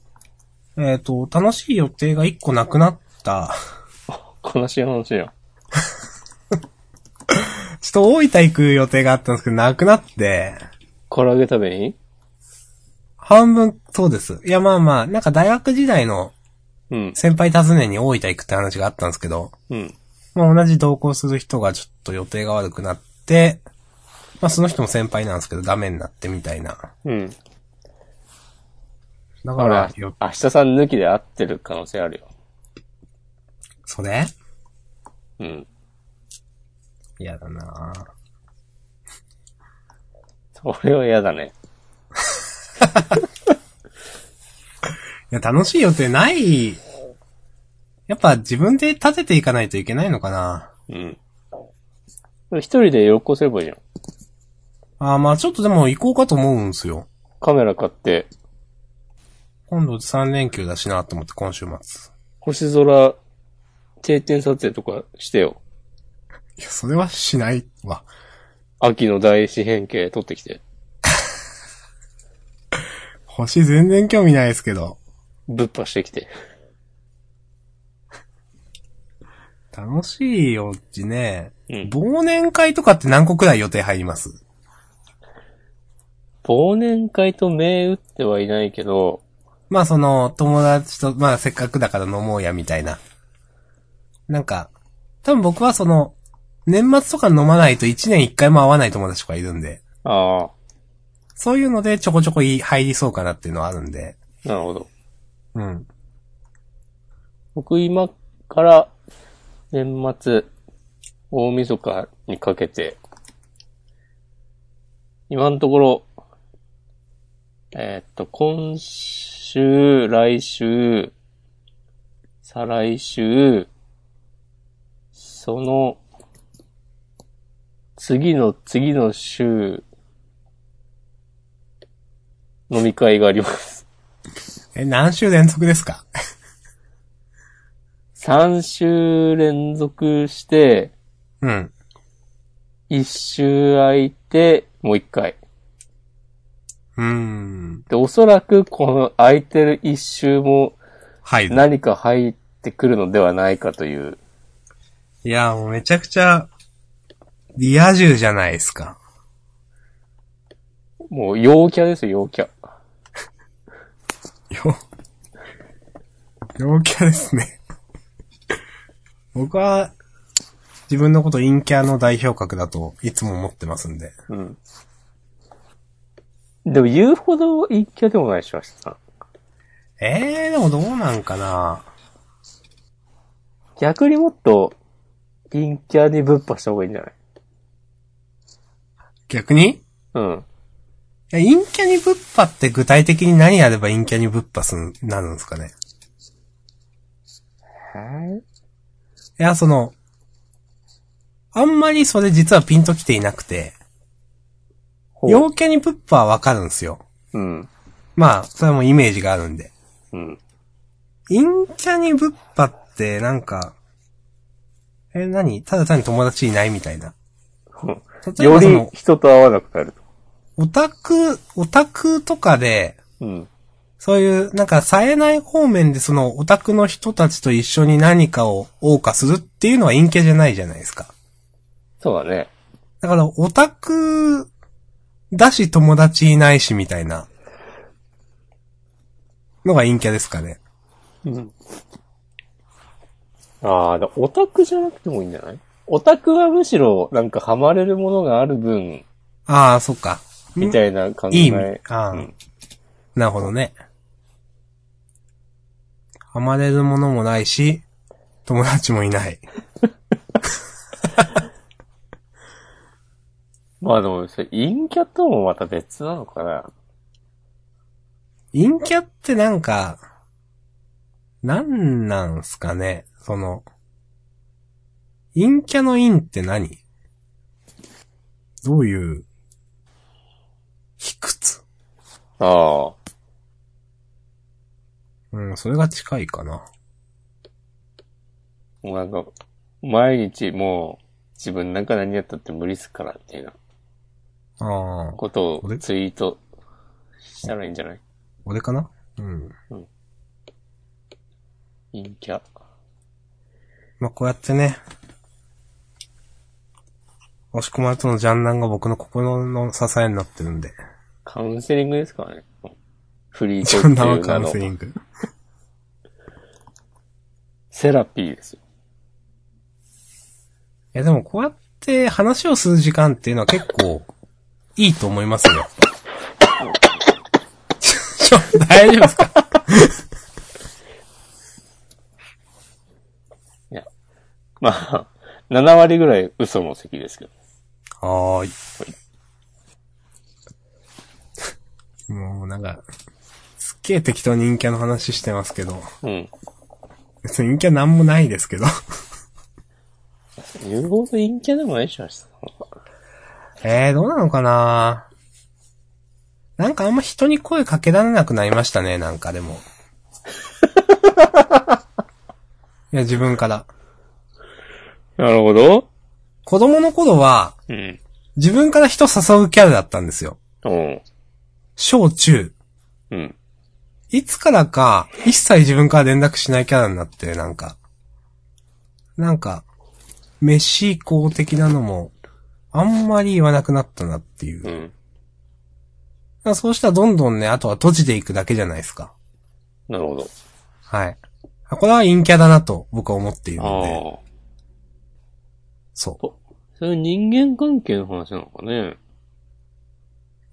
[SPEAKER 2] えっ、と、楽しい予定が一個なくなった。
[SPEAKER 1] 悲しい話よ。
[SPEAKER 2] ちょっと大分行く予定があったんですけど、なくなって、
[SPEAKER 1] 唐揚げ食べに
[SPEAKER 2] 半分、そうです。いや、まあまあ、なんか大学時代の
[SPEAKER 1] うん。
[SPEAKER 2] 先輩訪ねに大分行くって話があったんですけど、
[SPEAKER 1] うん。
[SPEAKER 2] まあ同じ同行する人がちょっと予定が悪くなって、まあその人も先輩なんですけど、ダメになってみたいな。
[SPEAKER 1] うん。
[SPEAKER 2] だか
[SPEAKER 1] ほ
[SPEAKER 2] ら
[SPEAKER 1] ら、、
[SPEAKER 2] よ
[SPEAKER 1] 明日さん抜きで会ってる可能性あるよ。
[SPEAKER 2] それ
[SPEAKER 1] うん。
[SPEAKER 2] 嫌だなぁ
[SPEAKER 1] それは嫌だね。
[SPEAKER 2] いや、楽しい予定ない。やっぱ自分で立てていかないといけないのかな
[SPEAKER 1] うん。一人で横行すればいいじゃん。
[SPEAKER 2] ああ、まあちょっとでも行こうかと思うんですよ。
[SPEAKER 1] カメラ買って、
[SPEAKER 2] 今度3連休だしなと思って今週末。
[SPEAKER 1] 星空、定点撮影とかしてよ。
[SPEAKER 2] いや、それはしないわ。
[SPEAKER 1] 秋の大四辺形撮ってきて。
[SPEAKER 2] 星全然興味ないですけど。
[SPEAKER 1] ぶっ破してきて。
[SPEAKER 2] 楽しいよってね。
[SPEAKER 1] うん。
[SPEAKER 2] 忘年会とかって何個くらい予定入ります
[SPEAKER 1] 忘年会と銘打ってはいないけど、
[SPEAKER 2] まあその、友達と、まあせっかくだから飲もうや、みたいな。なんか、多分僕はその、年末とか飲まないと1年1回も会わない友達とかいるんで、
[SPEAKER 1] あ
[SPEAKER 2] そういうのでちょこちょこい入りそうかなっていうのはあるんで。
[SPEAKER 1] あ、なるほど。
[SPEAKER 2] うん。
[SPEAKER 1] 僕今から年末、大晦日にかけて、今のところ、えーっと、今週、来週、再来週、その、次の次の週、飲み会があります。
[SPEAKER 2] え、何週連続ですか
[SPEAKER 1] 3週連続して、
[SPEAKER 2] うん。
[SPEAKER 1] 一周空いて、もう一回。
[SPEAKER 2] うーん。
[SPEAKER 1] で、おそらくこの空いてる一周も
[SPEAKER 2] 入る。
[SPEAKER 1] 何か入ってくるのではないかという。
[SPEAKER 2] いや、もうめちゃくちゃ、リア充じゃないですか。
[SPEAKER 1] もう陽キャですよ、陽キャ。
[SPEAKER 2] よ、陽キャですね。僕は、自分のこと陰キャの代表格だといつも思ってますんで。
[SPEAKER 1] うん。でも言うほど陰キャでもないでしょ、明日さん。
[SPEAKER 2] えー、でもどうなんかな
[SPEAKER 1] 逆にもっと陰キャにぶっ破した方がいいんじゃない
[SPEAKER 2] 逆にい
[SPEAKER 1] うん。
[SPEAKER 2] や陰キャにぶっぱって具体的に何やれば陰キャにぶっぱすん、なるんですかね。
[SPEAKER 1] はい
[SPEAKER 2] いや、その、あんまりそれ実はピンときていなくて、
[SPEAKER 1] ほう。
[SPEAKER 2] 陽キャにぶっぱはわかるんですよ。
[SPEAKER 1] うん。
[SPEAKER 2] まあ、それはもうイメージがあるんで。
[SPEAKER 1] うん。
[SPEAKER 2] 陰キャにぶっぱって、なんか、え、何ただ単に友達いないみたいな。例え
[SPEAKER 1] よ
[SPEAKER 2] ばそ
[SPEAKER 1] り
[SPEAKER 2] の、
[SPEAKER 1] 人と会わなくなると。
[SPEAKER 2] オタク、オタクとかで、
[SPEAKER 1] うん。
[SPEAKER 2] そういう、なんか、冴えない方面で、その、オタクの人たちと一緒に何かを謳歌するっていうのは陰キャじゃないじゃないですか。
[SPEAKER 1] そうだね。
[SPEAKER 2] だから、オタクだし友達いないしみたいな、のが陰キャですかね。
[SPEAKER 1] うん。ああ、だオタクじゃなくてもいいんじゃないオタクはむしろ、なんかハマれるものがある分、
[SPEAKER 2] ああ、そっか。
[SPEAKER 1] みたいな考え。
[SPEAKER 2] いい意味。ああ、
[SPEAKER 1] うん
[SPEAKER 2] なるほどね。ハマれるものもないし、友達もい ない。
[SPEAKER 1] まあでも、それ陰キャともまた別なのかな。
[SPEAKER 2] 陰キャってなんか、なんなんすかねその、陰キャの陰って何どういう、卑屈
[SPEAKER 1] ああ。
[SPEAKER 2] うん、それが近いかな。
[SPEAKER 1] もうなんか、毎日もう、自分なんか何やったって無理っすから、みたいな
[SPEAKER 2] ああ。
[SPEAKER 1] ことをツイートしたらいいんじゃない
[SPEAKER 2] 俺かなうん。
[SPEAKER 1] 陰キャ。
[SPEAKER 2] まあ、こうやってね、押し込まれとのジャンナンが僕の心の支えになってるんで。
[SPEAKER 1] カウンセリングですからね。フリー
[SPEAKER 2] ジ
[SPEAKER 1] ト
[SPEAKER 2] ャン
[SPEAKER 1] ー
[SPEAKER 2] ナンは
[SPEAKER 1] クって
[SPEAKER 2] カ
[SPEAKER 1] いう
[SPEAKER 2] ウン
[SPEAKER 1] 名
[SPEAKER 2] セリン
[SPEAKER 1] の
[SPEAKER 2] グ。
[SPEAKER 1] セラピーですよ。
[SPEAKER 2] いや、でもこうやって話をする時間っていうのは結構いいと思いますよ。ちょ、ちょ大丈夫ですか
[SPEAKER 1] まあ、7割ぐらい嘘の席ですけど。
[SPEAKER 2] はーい。もうなんか、すっげえ適当に陰キャの話してますけど、
[SPEAKER 1] うん。
[SPEAKER 2] 別に陰キャなんもないですけど。
[SPEAKER 1] 言うほど陰キャでもないじゃないですか。
[SPEAKER 2] えー、どうなのかななんかあんま人に声かけられなくなりましたね、なんかで も。いや、自分から。
[SPEAKER 1] なるほど。
[SPEAKER 2] 子供の頃は、
[SPEAKER 1] うん。
[SPEAKER 2] 自分から人誘うキャラだったんですよ。
[SPEAKER 1] うん。
[SPEAKER 2] 小中。
[SPEAKER 1] うん。
[SPEAKER 2] いつからか、一切自分から連絡しないキャラになって、なんか。なんか、飯以降的なのも、あんまり言わなくなったなっていう。
[SPEAKER 1] う
[SPEAKER 2] だか
[SPEAKER 1] ん。
[SPEAKER 2] らそうしたらどんどんね、あとは閉じていくだけじゃないですか。
[SPEAKER 1] なるほど。
[SPEAKER 2] はい。あこれは陰キャだなと僕は思っているので、
[SPEAKER 1] ああ。
[SPEAKER 2] そ
[SPEAKER 1] それ人間関係の話なのかね。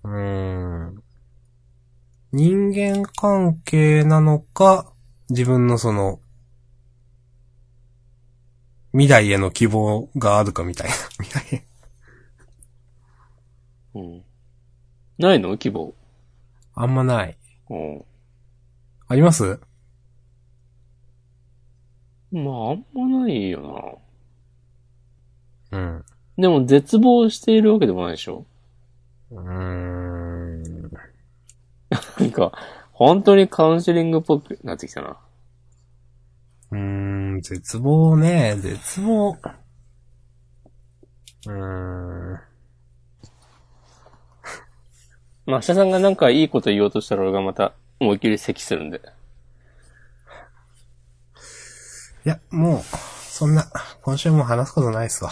[SPEAKER 2] う。うーん。人間関係なのか、自分のその、未来への希望があるかみたいな。未来へ。
[SPEAKER 1] うん。ないの希望。
[SPEAKER 2] あんまない。
[SPEAKER 1] うん。
[SPEAKER 2] あります
[SPEAKER 1] まあ、あんまないよ
[SPEAKER 2] うん。
[SPEAKER 1] な。でも、絶望しているわけでもないでしょ
[SPEAKER 2] うーん。
[SPEAKER 1] なんか、本当にカウンセリングっぽくなってきたな。
[SPEAKER 2] うーん、絶望ね、絶望。うーん。
[SPEAKER 1] まあ、明日さんがなんかいいこと言おうとしたら俺がまた思いっきり咳するんで。
[SPEAKER 2] いや、もう、そんな、今週も話すことないっすわ。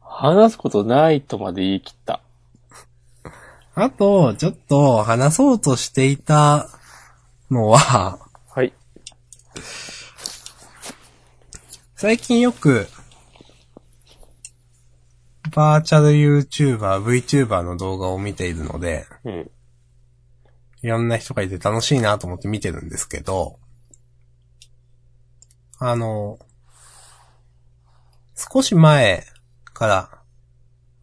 [SPEAKER 1] 話すことないとまで言い切った。
[SPEAKER 2] あと、ちょっと話そうとしていたのは、
[SPEAKER 1] はい。
[SPEAKER 2] 最近よく、バーチャル YouTuber、VTuber の動画を見ているので、
[SPEAKER 1] うん。
[SPEAKER 2] いろんな人がいて楽しいなと思って見てるんですけど、あの、少し前から、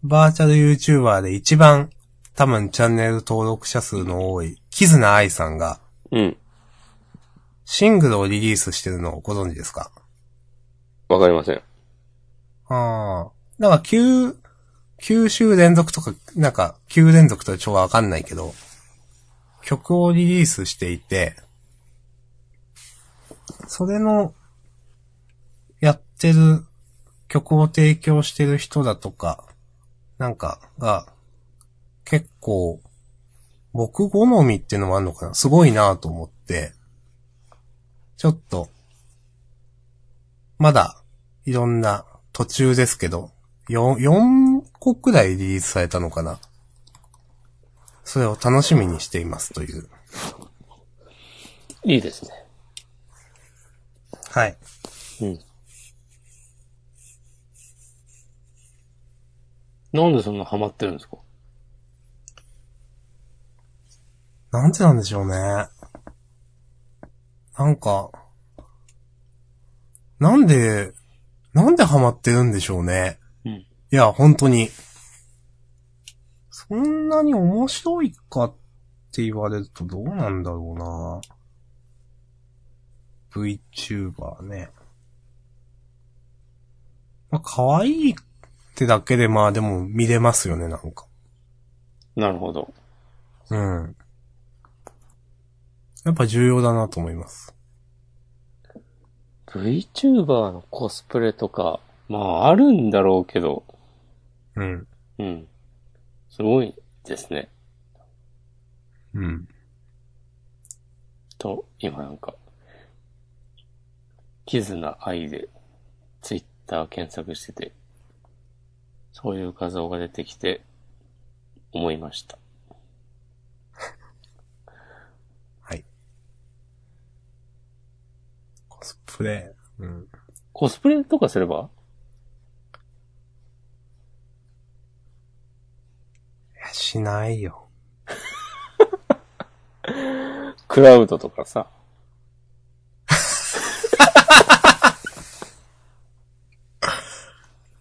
[SPEAKER 2] バーチャル YouTuber で一番多分チャンネル登録者数の多い、キズナアイさんが、
[SPEAKER 1] うん。
[SPEAKER 2] シングルをリリースしてるのをご存知ですか
[SPEAKER 1] わかりません。
[SPEAKER 2] ああ。だから9、9週連続とか、なんか9連続とかちょっとわかんないけど、曲をリリースしていて、それの、やってる曲を提供してる人だとか、なんかが、結構、僕好みっていうのもあるのかなすごいなと思って、ちょっと、まだ、いろんな途中ですけど、4、4個くらいリリースされたのかなそれを楽しみにしていますという。
[SPEAKER 1] いいですね。
[SPEAKER 2] はい。
[SPEAKER 1] うん。なんでそんなハマってるんですか
[SPEAKER 2] なんてなんでしょうね。なんか、なんで、なんでハマってるんでしょうね。
[SPEAKER 1] うん。
[SPEAKER 2] いや、本当に。そんなに面白いかって言われるとどうなんだろうな VTuber ね。まあ、可愛いってだけで、まあでも見れますよね、なんか。
[SPEAKER 1] なるほど。
[SPEAKER 2] うん。やっぱ重要だなと思います。
[SPEAKER 1] VTuber のコスプレとか、まああるんだろうけど、
[SPEAKER 2] うん。
[SPEAKER 1] うん。すごいですね。
[SPEAKER 2] うん。
[SPEAKER 1] と、今なんか、キズな愛で、ツイッター検索してて、そういう画像が出てきて、思いました。
[SPEAKER 2] はい。コスプレ。うん。
[SPEAKER 1] コスプレとかすれば
[SPEAKER 2] いや、しないよ。
[SPEAKER 1] クラウドとかさ。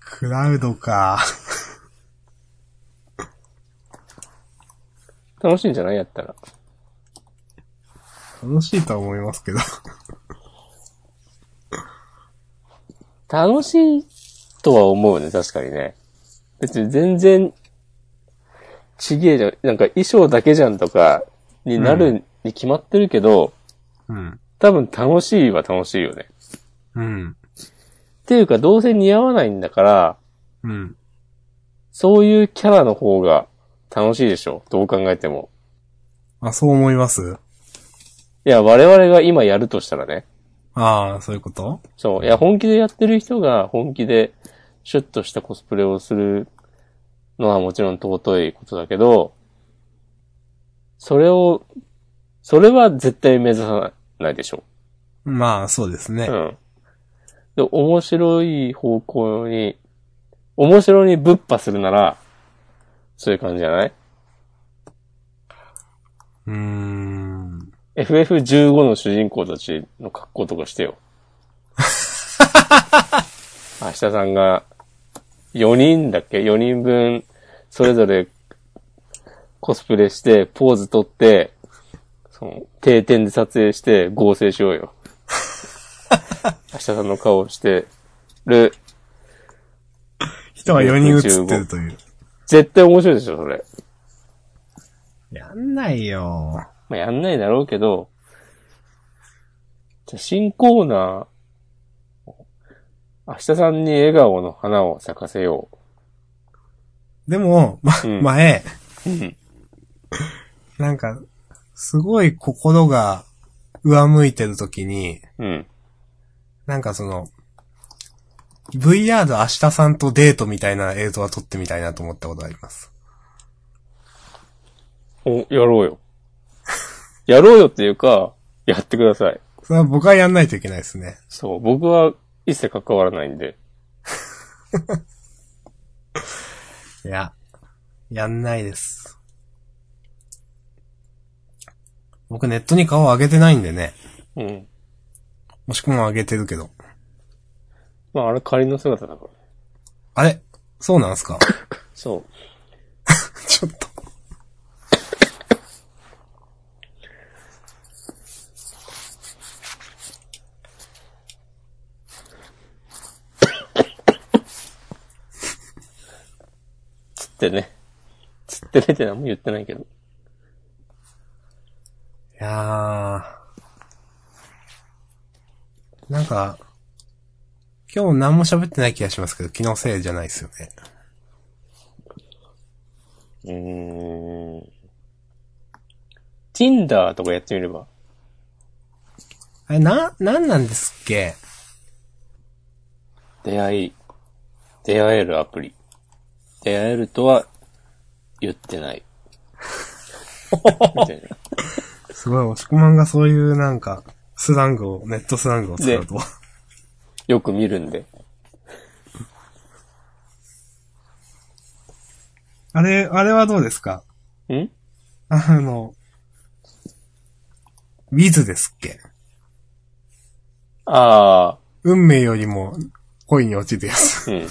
[SPEAKER 2] クラウドか。
[SPEAKER 1] 楽しいんじゃないやったら。
[SPEAKER 2] 楽しいとは思いますけど。
[SPEAKER 1] 楽しいとは思うね、確かにね。別に全然、ちげえじゃん。なんか衣装だけじゃんとか、になるに決まってるけど、
[SPEAKER 2] うん。
[SPEAKER 1] 多分楽しいは楽しいよね。
[SPEAKER 2] うん。
[SPEAKER 1] っていうか、どうせ似合わないんだから、
[SPEAKER 2] うん。
[SPEAKER 1] そういうキャラの方が楽しいでしょどう考えても。
[SPEAKER 2] あ、そう思います
[SPEAKER 1] いや、我々が今やるとしたらね。
[SPEAKER 2] ああ、そういうこと
[SPEAKER 1] そう。いや、本気でやってる人が本気でシュッとしたコスプレをするのはもちろん尊いことだけど、それを、それは絶対目指さないでしょ。
[SPEAKER 2] まあ、そうですね。
[SPEAKER 1] うん。で、面白い方向に、面白にぶっぱするなら、そういう感じじゃない
[SPEAKER 2] うん、ん。
[SPEAKER 1] FF15 の主人公たちの格好とかしてよ。明日さんが、4人だっけ ?4 人分、それぞれコスプレして、ポーズ取って、その、定点で撮影して合成しようよ。明日さんの顔をしてる。
[SPEAKER 2] 人は4人映ってるという。
[SPEAKER 1] 絶対面白いでしょ、それ。
[SPEAKER 2] やんないよ。
[SPEAKER 1] まあ、やんないだろうけど、じゃあ新コーナー、明日さんに笑顔の花を咲かせよ
[SPEAKER 2] でも、ま、
[SPEAKER 1] うん
[SPEAKER 2] 前、
[SPEAKER 1] う。うん。
[SPEAKER 2] なんか、すごい心が上向いてる時に、
[SPEAKER 1] うん。
[SPEAKER 2] なんかその、VR 明日さんとデートみたいな映像は撮ってみたいなと思ったことあります。
[SPEAKER 1] お、やろうよ。 やろうよっていうか、やってください。
[SPEAKER 2] それは僕はやんないといけないですね。
[SPEAKER 1] そう、僕は一切関わらないんで。
[SPEAKER 2] いや、やんないです。僕ネットに顔を上げてないんでね。
[SPEAKER 1] うん。
[SPEAKER 2] もしくも上げてるけど。
[SPEAKER 1] まあ、あれ仮の姿だから。
[SPEAKER 2] あれそうなんすか
[SPEAKER 1] そう。
[SPEAKER 2] ちょっと。
[SPEAKER 1] つってね。つってねって何も言ってないけど。
[SPEAKER 2] いやー。なんか、今日何も喋ってない気がしますけど、気のせいじゃないですよね。
[SPEAKER 1] うーん。Tinder とかやってみれば。
[SPEAKER 2] あれ、な、なんなんですっけ
[SPEAKER 1] 出会い、出会えるアプリ。出会えるとは言ってない。みたいな
[SPEAKER 2] すごい、押し込まんがそういうなんか、スラングを、ネットスラングを使うと。
[SPEAKER 1] よく見るんで。
[SPEAKER 2] あれ、あれはどうですか
[SPEAKER 1] ん
[SPEAKER 2] あの、ウィズですっけ
[SPEAKER 1] あ
[SPEAKER 2] 運命よりも恋に落ちるやつ。
[SPEAKER 1] あ、うん。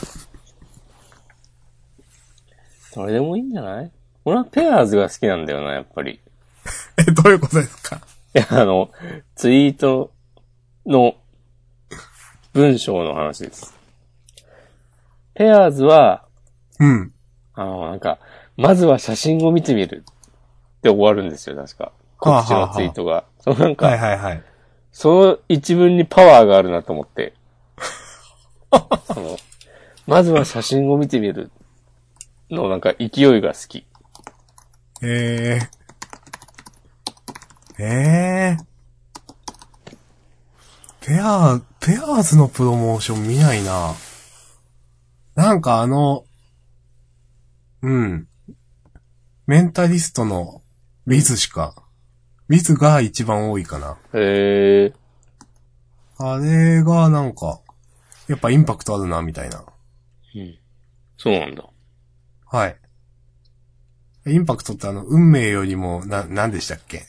[SPEAKER 1] それでもいいんじゃない俺はペアーズが好きなんだよな、やっぱり。い
[SPEAKER 2] え、どういうことですか
[SPEAKER 1] や、あの、ツイートの文章の話です。ペアーズは、
[SPEAKER 2] うん。
[SPEAKER 1] あの、なんか、まずは写真を見てみるって終わるんですよ、確か。告知のツイートが。そのなんか、
[SPEAKER 2] はいはいはい。
[SPEAKER 1] その一文にパワーがあるなと思って。そのまずは写真を見てみるのなんか勢いが好き。
[SPEAKER 2] ええええペア、ペアーズのプロモーション見ないな。なんかあの、うん。メンタリストのウィズしか、ウィズが一番多いかな。
[SPEAKER 1] へえ。
[SPEAKER 2] あれがなんか、やっぱインパクトあるな、みたいな。
[SPEAKER 1] そうなんだ。
[SPEAKER 2] はい。インパクトってあの、運命よりも、な、何でしたっけ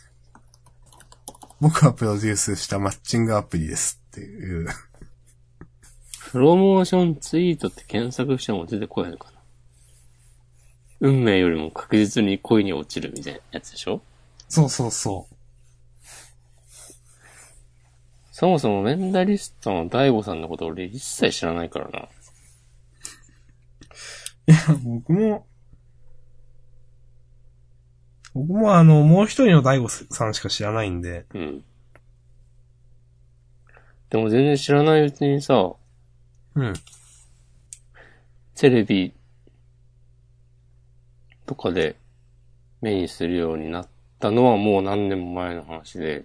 [SPEAKER 2] 僕はプロデュースしたマッチングアプリですっていう。
[SPEAKER 1] プロモーションツイートって検索しても出てこないのかな運命よりも確実に恋に落ちるみたいなやつでしょ
[SPEAKER 2] そうそうそう。
[SPEAKER 1] そもそもメンダリストの大悟さんのこと俺一切知らないからな。
[SPEAKER 2] 僕も、僕もあの、もう一人の大悟さんしか知らないんで。
[SPEAKER 1] うん。でも全然知らないうちにさ、
[SPEAKER 2] うん。
[SPEAKER 1] テレビとかで目にするようになったのはもう何年も前の話で、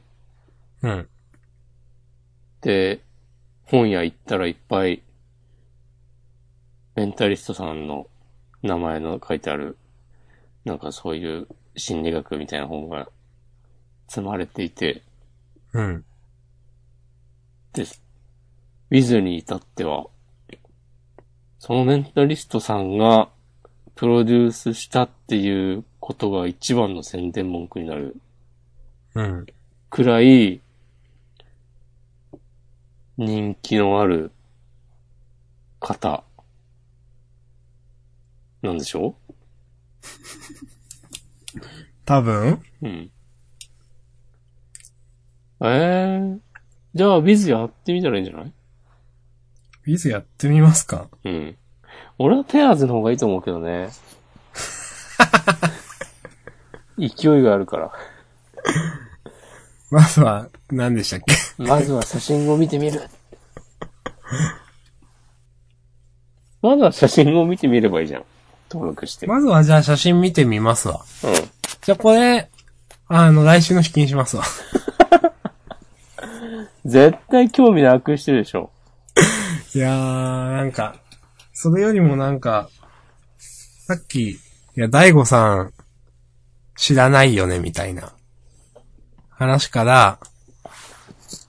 [SPEAKER 2] うん。
[SPEAKER 1] で、本屋行ったらいっぱい、メンタリストさんの名前の書いてある、なんかそういう心理学みたいな本が積まれていて、
[SPEAKER 2] うん。
[SPEAKER 1] です。ウィズに至っては、そのメンタリストさんがプロデュースしたっていうことが一番の宣伝文句になる
[SPEAKER 2] うん。
[SPEAKER 1] くらい人気のある方なんでしょ
[SPEAKER 2] 多分
[SPEAKER 1] ううん。ええー。じゃあ、ウィズやってみたらいいんじゃない
[SPEAKER 2] いつやってみますか
[SPEAKER 1] うん。俺はペアーズの方がいいと思うけど ね。勢いがあるから。
[SPEAKER 2] まずは、何でしたっけ
[SPEAKER 1] まずは写真を見てみる。まずは写真を見てみればいいじゃん。登録して。
[SPEAKER 2] まずはじゃあ写真見てみますわ。
[SPEAKER 1] うん。
[SPEAKER 2] じゃあこれ、あの、来週の引きにしますわ。
[SPEAKER 1] 絶対興味なくしてるでしょ。
[SPEAKER 2] いやー、なんか、それよりもなんか、さっき、いや、大悟さん、知らないよね、みたいな、話から、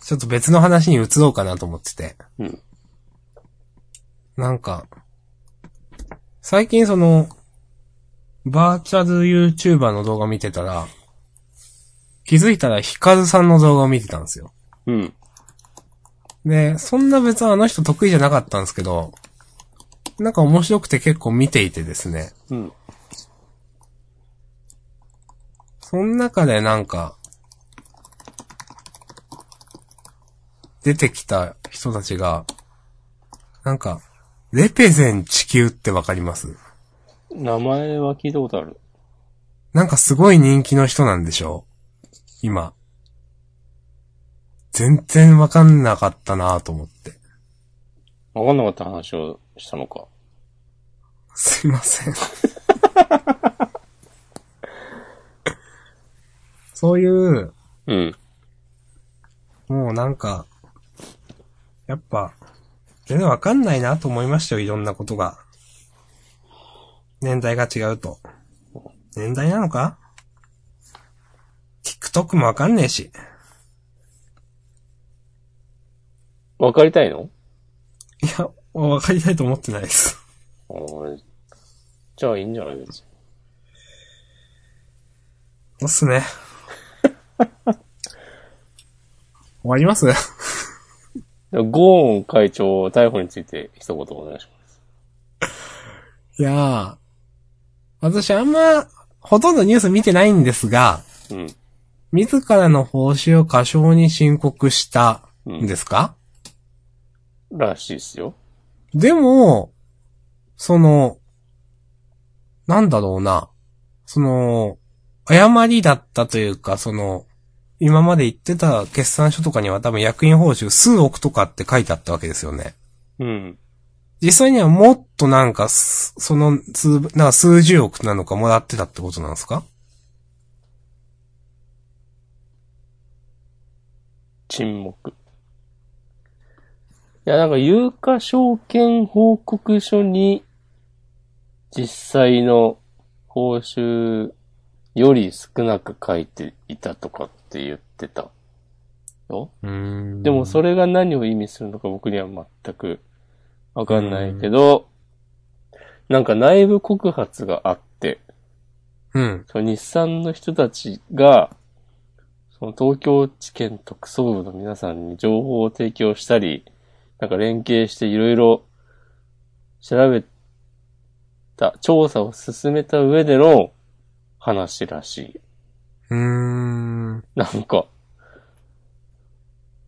[SPEAKER 2] ちょっと別の話に移ろうかなと思ってて。
[SPEAKER 1] うん。
[SPEAKER 2] なんか、最近その、バーチャル YouTuber の動画見てたら、気づいたらヒカルさんの動画を見てたんですよ。
[SPEAKER 1] うん。
[SPEAKER 2] で、そんな別にあの人得意じゃなかったんですけど、なんか面白くて結構見ていてですね。
[SPEAKER 1] うん。
[SPEAKER 2] その中でなんか、出てきた人たちが、なんか、レペゼン地球ってわかります
[SPEAKER 1] 名前は聞いたことある。
[SPEAKER 2] なんかすごい人気の人なんでしょう今。全然わかんなかったなぁと思って。
[SPEAKER 1] わかんなかった話をしたのか。
[SPEAKER 2] すいません。そういう、
[SPEAKER 1] うん。
[SPEAKER 2] もうなんか、やっぱ、全然わかんないなと思いましたよ、いろんなことが。年代が違うと。年代なのか ?TikTok もわかんねえし。
[SPEAKER 1] わかりたいの
[SPEAKER 2] いや、わかりたいと思ってないです。
[SPEAKER 1] あーじゃあいいんじゃない別に。
[SPEAKER 2] そうっすね。終わります
[SPEAKER 1] ではゴーン会長逮捕について一言お願いします。
[SPEAKER 2] いやー、私あんま、ほとんどニュース見てないんですが、
[SPEAKER 1] うん。
[SPEAKER 2] 自らの報酬を過小に申告したんですか、
[SPEAKER 1] らしいですよ。
[SPEAKER 2] でも、その、なんだろうな、その、誤りだったというか、その、今まで言ってた決算書とかには多分役員報酬数億とかって書いてあったわけですよね。
[SPEAKER 1] うん。
[SPEAKER 2] 実際にはもっとなんかす、その数、なんか数十億なのかもらってたってことなんですか
[SPEAKER 1] 沈黙。いや、なんか、有価証券報告書に、実際の報酬より少なく書いていたとかって言ってたよ。
[SPEAKER 2] うーん。
[SPEAKER 1] でもそれが何を意味するのか僕には全くわかんないけど、なんか内部告発があって、
[SPEAKER 2] うん。
[SPEAKER 1] その日産の人たちが、その東京地検特捜部の皆さんに情報を提供したり、なんか連携していろいろ調べた、調査を進めた上での話らしい。
[SPEAKER 2] うーん。
[SPEAKER 1] なんか、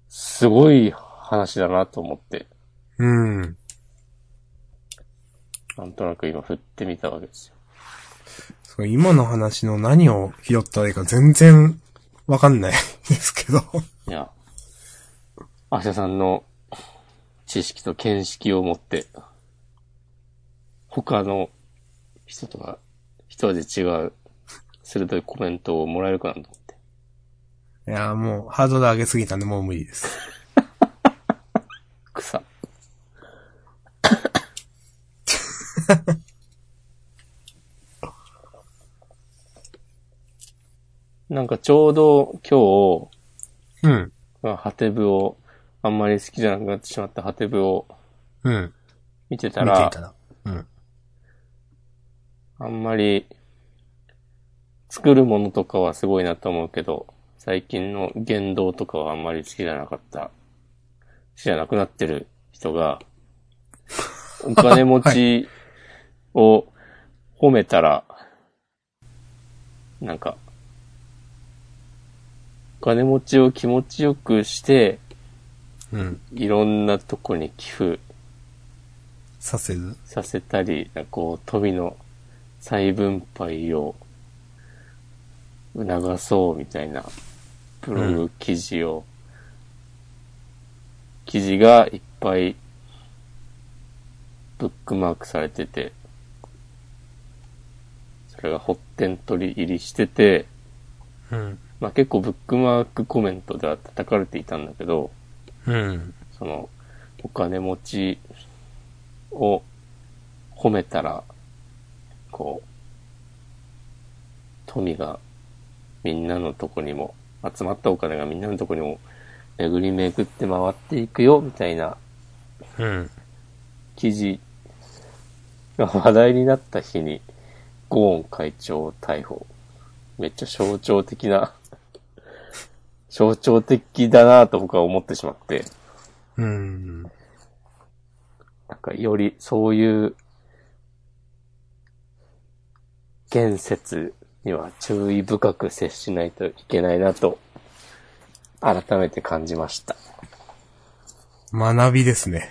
[SPEAKER 1] すごい話だなと思って、
[SPEAKER 2] うん。
[SPEAKER 1] なんとなく今振ってみたわけですよ。
[SPEAKER 2] そう、今の話の何を拾ったらいいか全然わかんないですけど。
[SPEAKER 1] いや、アシャさんの知識と見識を持って、他の人とは一味違う鋭いコメントをもらえるかなと思って。
[SPEAKER 2] いやーもう、ハードル上げすぎたんでもう無理です。
[SPEAKER 1] 草。なんかちょうど今
[SPEAKER 2] うん。
[SPEAKER 1] 日、ハテブを、あんまり好きじゃなくなってしまったハテブを
[SPEAKER 2] うん。
[SPEAKER 1] 見てた
[SPEAKER 2] 見てい
[SPEAKER 1] ら
[SPEAKER 2] た、ら。うん。
[SPEAKER 1] あんまり作るものとかはすごいなと思うけど、最近の言動とかはあんまり好きじゃなかった。好きじゃなくなってる人が、お金持ちを褒めたら、なんか、お金持ちを気持ちよくして、
[SPEAKER 2] うん。
[SPEAKER 1] いろんなとこに寄付
[SPEAKER 2] させる
[SPEAKER 1] させたり、こう、富の再分配を促そうみたいなブログ記事を、記事がいっぱいブックマークされてて、それが発展取り入りしてて、
[SPEAKER 2] うん。
[SPEAKER 1] まあ結構ブックマークコメントでは叩かれていたんだけど、
[SPEAKER 2] うん。
[SPEAKER 1] その、お金持ちを褒めたら、こう、富がみんなのとこにも、集まったお金がみんなのとこにも巡り巡って回っていくよ、みたいな
[SPEAKER 2] うん。
[SPEAKER 1] 記事が話題になった日に、ゴーン会長を逮捕。めっちゃ象徴的な、象徴的だなぁと僕は思ってしまって。
[SPEAKER 2] うん。
[SPEAKER 1] なんかよりそういう、言説には注意深く接しないといけないなと、改めて感じました。
[SPEAKER 2] 学びですね。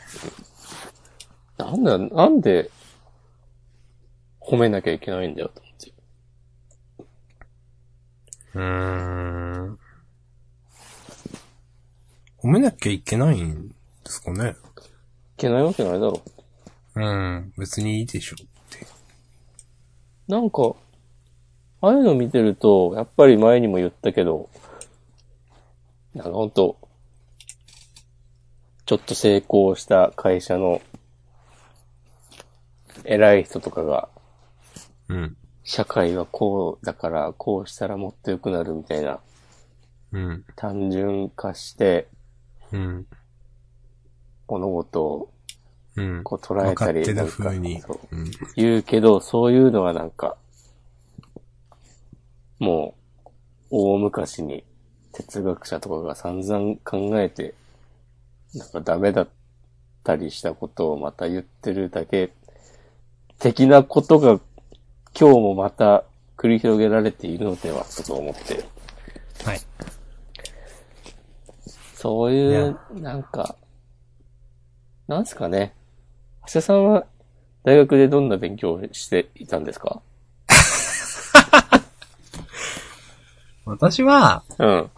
[SPEAKER 1] なんだ、なんで、褒めなきゃいけないんだよと思って。
[SPEAKER 2] うーん。褒めなきゃいけないんですかね。
[SPEAKER 1] いけないわけないだろ
[SPEAKER 2] うん。別にいいでしょって。
[SPEAKER 1] う。なんか、ああいうの見てると、やっぱり前にも言ったけど、なんかほんと、ちょっと成功した会社の偉い人とかが、
[SPEAKER 2] うん。
[SPEAKER 1] 社会はこうだから、こうしたらもっと良くなるみたいな、
[SPEAKER 2] うん。
[SPEAKER 1] 単純化して
[SPEAKER 2] うん。
[SPEAKER 1] 物事を
[SPEAKER 2] うん。
[SPEAKER 1] こう捉え
[SPEAKER 2] 分か
[SPEAKER 1] た
[SPEAKER 2] っ
[SPEAKER 1] り、
[SPEAKER 2] て
[SPEAKER 1] な
[SPEAKER 2] た
[SPEAKER 1] んか
[SPEAKER 2] 風に
[SPEAKER 1] そう。
[SPEAKER 2] うん。
[SPEAKER 1] 言うけど、そういうのはなんか、もう、大昔に哲学者とかが散々考えて、なんかダメだったりしたことをまた言ってるだけ、的なことが今日もまた繰り広げられているのでは、と思って。
[SPEAKER 2] はい。
[SPEAKER 1] そういう
[SPEAKER 2] ね、
[SPEAKER 1] なんか、なんすかね。橋田さんは大学でどんな勉強をしていたんですか
[SPEAKER 2] 私は、
[SPEAKER 1] うん。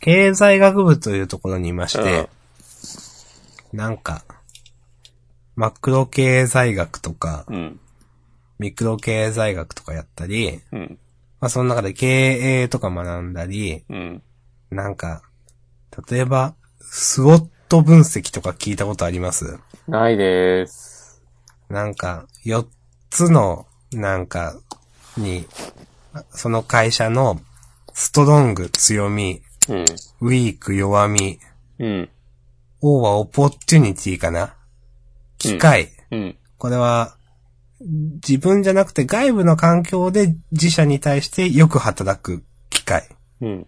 [SPEAKER 2] 経済学部というところにいまして、なんか、マクロ経済学とか、
[SPEAKER 1] うん。
[SPEAKER 2] ミクロ経済学とかやったり、
[SPEAKER 1] うん。
[SPEAKER 2] まあその中で経営とか学んだり、
[SPEAKER 1] うん。
[SPEAKER 2] なんか、例えば、スウォット分析とか聞いたことあります
[SPEAKER 1] ないです。
[SPEAKER 2] なんか、4つの、なんか、に、その会社の、ストロング、強み、
[SPEAKER 1] うん。
[SPEAKER 2] ウィーク、弱み、
[SPEAKER 1] うん。
[SPEAKER 2] O はオポチュニティかな機会。
[SPEAKER 1] うん。
[SPEAKER 2] これは、自分じゃなくて外部の環境で自社に対してよく働く機会。
[SPEAKER 1] うん。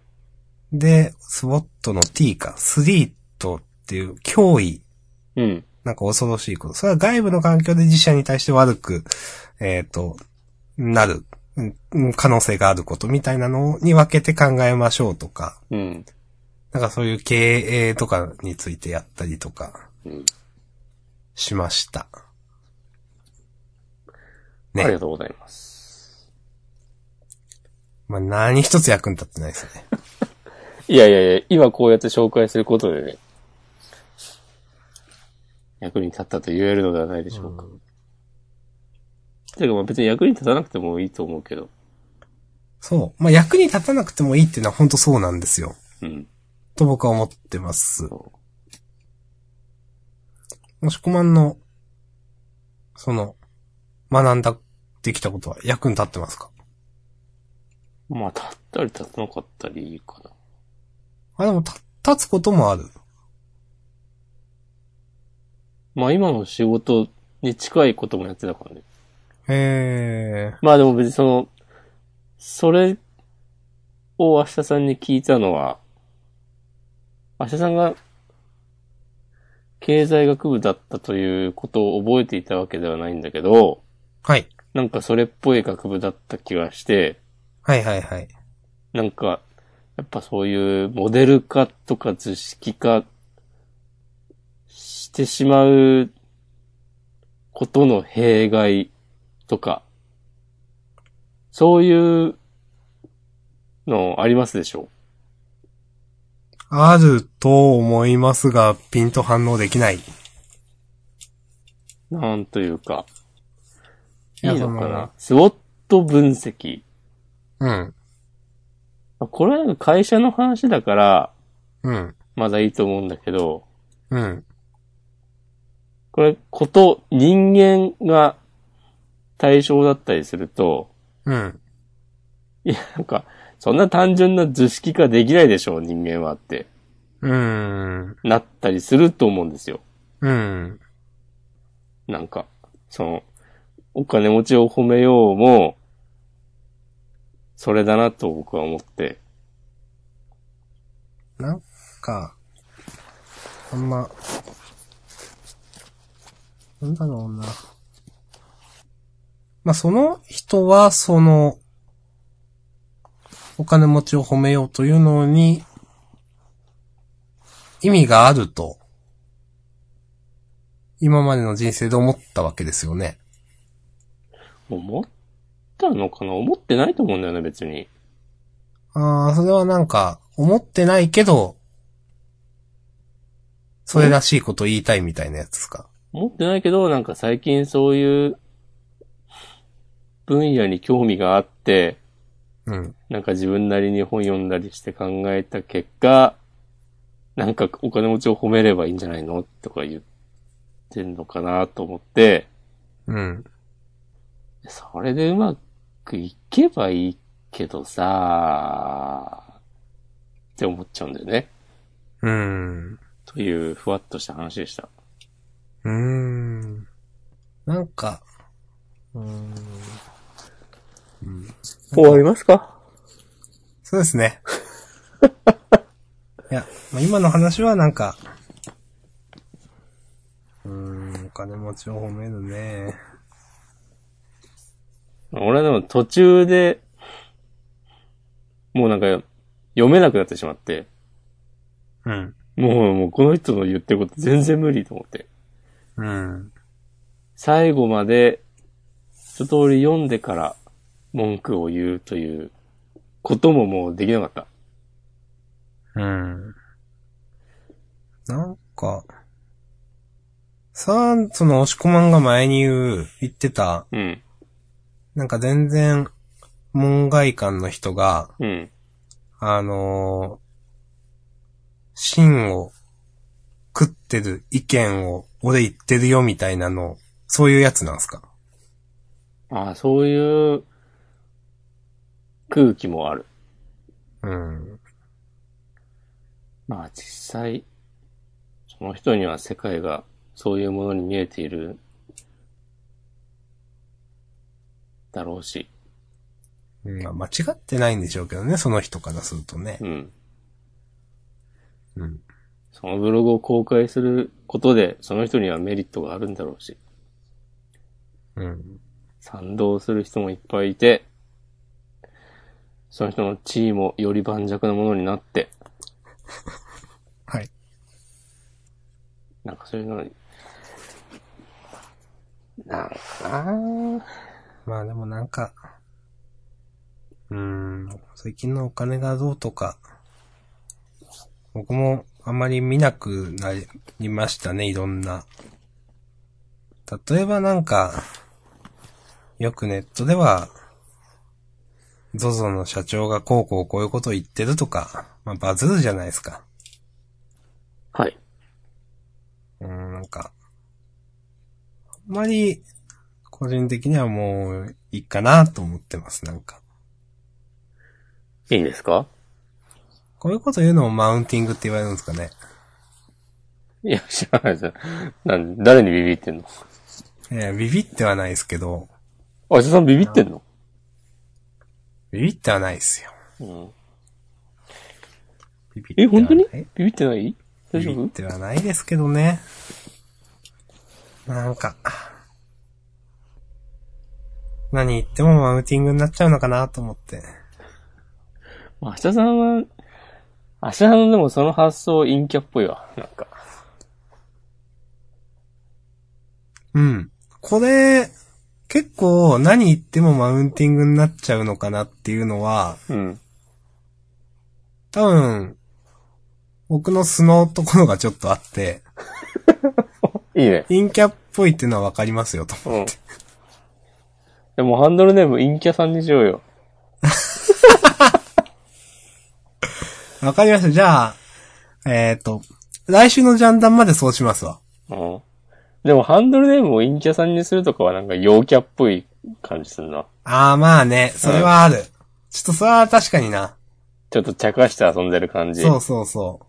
[SPEAKER 2] で、スウォットの T か、スリートっていう脅威。
[SPEAKER 1] うん。
[SPEAKER 2] なんか恐ろしいこと。それは外部の環境で自社に対して悪く、えっ、と、なる、うんうん可能性があることみたいなのに分けて考えましょうとか、
[SPEAKER 1] うん。
[SPEAKER 2] なんかそういう経営とかについてやったりとか
[SPEAKER 1] うん、
[SPEAKER 2] しました。
[SPEAKER 1] あ
[SPEAKER 2] ね
[SPEAKER 1] りがとうございます。
[SPEAKER 2] まあ、何一つ役に立ってないですね。
[SPEAKER 1] いやいやいや、今こうやって紹介することでね、役に立ったと言えるのではないでしょうか。てかまあ別に役に立たなくてもいいと思うけど。
[SPEAKER 2] そう。まあ、役に立たなくてもいいっていうのは本当そうなんですよ。
[SPEAKER 1] うん。
[SPEAKER 2] と僕は思ってます。
[SPEAKER 1] そ
[SPEAKER 2] もしこまんの、その、学んだ、できたことは役に立ってますか
[SPEAKER 1] うまあ、立ったり立たなかったりいいかな。
[SPEAKER 2] あ、でも、た立つこともある。
[SPEAKER 1] まあ今の仕事に近いこともやってたからね。
[SPEAKER 2] へえ。
[SPEAKER 1] まあでも別にその、それを明日さんに聞いたのは、明日さんが経済学部だったということを覚えていたわけではないんだけど、
[SPEAKER 2] はい。
[SPEAKER 1] なんかそれっぽい学部だった気がして、
[SPEAKER 2] はいはいはい。
[SPEAKER 1] なんか、やっぱそういうモデル化とか図式化してしまうことの弊害とか、そういうのありますでしょ
[SPEAKER 2] あると思いますが、ピンと反応できない。いう
[SPEAKER 1] なんというか。い
[SPEAKER 2] や
[SPEAKER 1] いのかな
[SPEAKER 2] その
[SPEAKER 1] スウォット分析。
[SPEAKER 2] うん。
[SPEAKER 1] これはなんか会社の話だから、
[SPEAKER 2] うん。
[SPEAKER 1] まだいいと思うんだけど、
[SPEAKER 2] うん。
[SPEAKER 1] これ、こと、人間が対象だったりすると、
[SPEAKER 2] うん。
[SPEAKER 1] いや、なんか、そんな単純な図式化できないでしょう、人間はって、
[SPEAKER 2] うん。
[SPEAKER 1] なったりすると思うんですよ。
[SPEAKER 2] うん。
[SPEAKER 1] なんか、その、お金持ちを褒めようも、それだなと僕は思って。
[SPEAKER 2] なんか、あんま、なんだろうな。まあ、その人は、その、お金持ちを褒めようというのに、意味があると、今までの人生で思ったわけですよね。
[SPEAKER 1] 思ったのかな思ってないと思うんだよね、別に。
[SPEAKER 2] ああ、それはなんか、思ってないけど、それらしいこと言いたいみたいなやつですか。
[SPEAKER 1] 思ってないけど、なんか最近そういう分野に興味があって、
[SPEAKER 2] うん。
[SPEAKER 1] なんか自分なりに本読んだりして考えた結果、なんかお金持ちを褒めればいいんじゃないのとか言ってんのかなと思って、
[SPEAKER 2] うん。
[SPEAKER 1] それでうまくいけばいいけどさって思っちゃうんだよね。
[SPEAKER 2] うーん。
[SPEAKER 1] というふわっとした話でした。
[SPEAKER 2] うーん。なんか、うーん。
[SPEAKER 1] 終わりますか
[SPEAKER 2] そうですね。 いや、まあ、今の話はなんか、うーん、お金持ちを褒めるね。
[SPEAKER 1] 俺はでも途中で、もうなんか読めなくなってしまって、
[SPEAKER 2] うん。
[SPEAKER 1] もうもうこの人の言ってること全然無理と思って。
[SPEAKER 2] うん。
[SPEAKER 1] 最後まで一通り読んでから文句を言うということももうできなかった。
[SPEAKER 2] うん。なんか、さあ、その、押し込まんが前に言う、言ってた、
[SPEAKER 1] うん、
[SPEAKER 2] なんか全然、門外観の人が、
[SPEAKER 1] うん、
[SPEAKER 2] あのー芯を食ってる意見を俺言ってるよみたいなの、そういうやつなんですか
[SPEAKER 1] ああ、そういう空気もある。
[SPEAKER 2] うん。
[SPEAKER 1] まあ実際、その人には世界がそういうものに見えているだろうし。
[SPEAKER 2] まあ、間違ってないんでしょうけどね、その人からするとね。
[SPEAKER 1] うん。
[SPEAKER 2] うん。
[SPEAKER 1] そのブログを公開することで、その人にはメリットがあるんだろうし。
[SPEAKER 2] うん。
[SPEAKER 1] 賛同する人もいっぱいいて、その人の地位もより盤石なものになって、
[SPEAKER 2] はい。
[SPEAKER 1] なんかそういうのに、なんかな
[SPEAKER 2] まあでもなんか、うーん、最近のお金がどうとか、僕もあまり見なくなりましたね、いろんな。例えばなんか、よくネットでは、ZOZO の社長がこうこうこういうこと言ってるとか、まあバズるじゃないですか。
[SPEAKER 1] はい。
[SPEAKER 2] うーん、なんか、あんまり、個人的にはもういいかなと思ってます、なんか。
[SPEAKER 1] いいんですか
[SPEAKER 2] こういうこと言うのをマウンティングって言われるんですかね。
[SPEAKER 1] いや、知らないですよ。なん誰にビビってんの
[SPEAKER 2] えービビってはないですけど、
[SPEAKER 1] あ、じさんビビってんの
[SPEAKER 2] ビビってはないですよ。
[SPEAKER 1] うん。
[SPEAKER 2] ビビって
[SPEAKER 1] え、
[SPEAKER 2] はない
[SPEAKER 1] 本当にビビってない大
[SPEAKER 2] ビ
[SPEAKER 1] 丈
[SPEAKER 2] ビっ
[SPEAKER 1] 夫
[SPEAKER 2] てはないですけどね。なんか、何言ってもマウンティングになっちゃうのかなと思って。
[SPEAKER 1] 明日さんは、明日さんのでもその発想陰キャっぽいわ。なんか。
[SPEAKER 2] うん。これ、結構何言ってもマウンティングになっちゃうのかなっていうのは、
[SPEAKER 1] うん。
[SPEAKER 2] 多分、僕の素のところがちょっとあって、
[SPEAKER 1] いいね。
[SPEAKER 2] 陰キャっぽいっていうのはわかりますよと。
[SPEAKER 1] うん。でもハンドルネーム陰キャさんにしようよ。
[SPEAKER 2] わかりました。じゃあ、えっ、と、来週のジャンダンまでそうしますわ。
[SPEAKER 1] うん。でもハンドルネームを陰キャさんにするとかはなんか陽キャっぽい感じするな。
[SPEAKER 2] あーまあね、それはある。ちょっとそれは確かにな。
[SPEAKER 1] ちょっと茶化して遊んでる感じ。
[SPEAKER 2] そうそうそ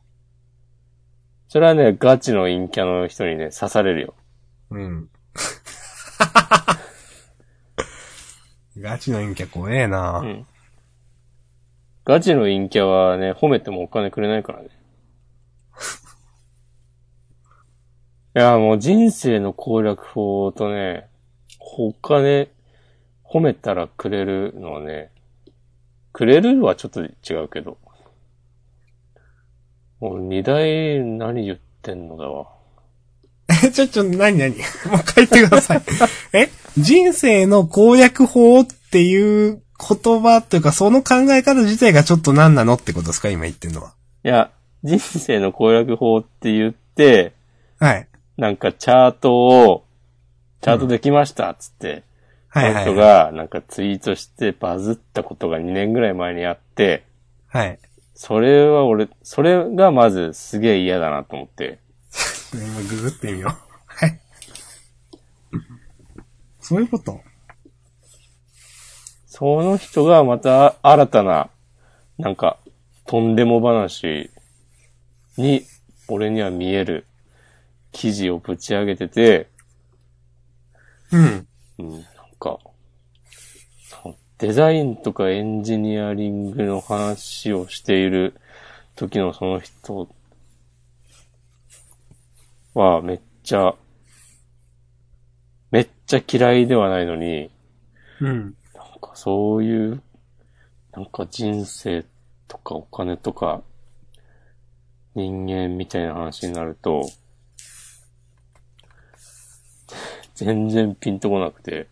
[SPEAKER 1] それはね、ガチの陰キャの人にね、刺されるよ。
[SPEAKER 2] う。うん。 ガチの陰キャ怖えな、
[SPEAKER 1] うん。ガチの陰キャはね、褒めてもお金くれないからね。いや、もう人生の攻略法とね、他ね、褒めたらくれるのはね、くれるはちょっと違うけど。もう二大何言ってんのだわ。
[SPEAKER 2] え、 ちょ、ちょ、なになにもう一回言ってください。え人生の攻略法っていう言葉というか、その考え方自体がちょっと何なのってことですか今言ってんのは。
[SPEAKER 1] いや、人生の攻略法って言って、
[SPEAKER 2] はい。
[SPEAKER 1] なんかチャートを、チャートできましたっつって、
[SPEAKER 2] はいは
[SPEAKER 1] その人
[SPEAKER 2] い、はい。
[SPEAKER 1] が、なんかツイートしてバズったことが2年ぐらい前にあって、
[SPEAKER 2] はい。
[SPEAKER 1] それは俺、それがまずすげえ嫌だなと思って。
[SPEAKER 2] 今ググってみよう。はい。 そういうこと
[SPEAKER 1] その人がまた新たな、なんか、とんでも話に、俺には見える記事をぶち上げてて、
[SPEAKER 2] うん。
[SPEAKER 1] うん、なんか、そのデザインとかエンジニアリングの話をしている時のその人はめっちゃ、めっちゃ嫌いではないのに、
[SPEAKER 2] うん。
[SPEAKER 1] なんかそういう、なんか人生とかお金とか人間みたいな話になると、全然ピンとこなくて、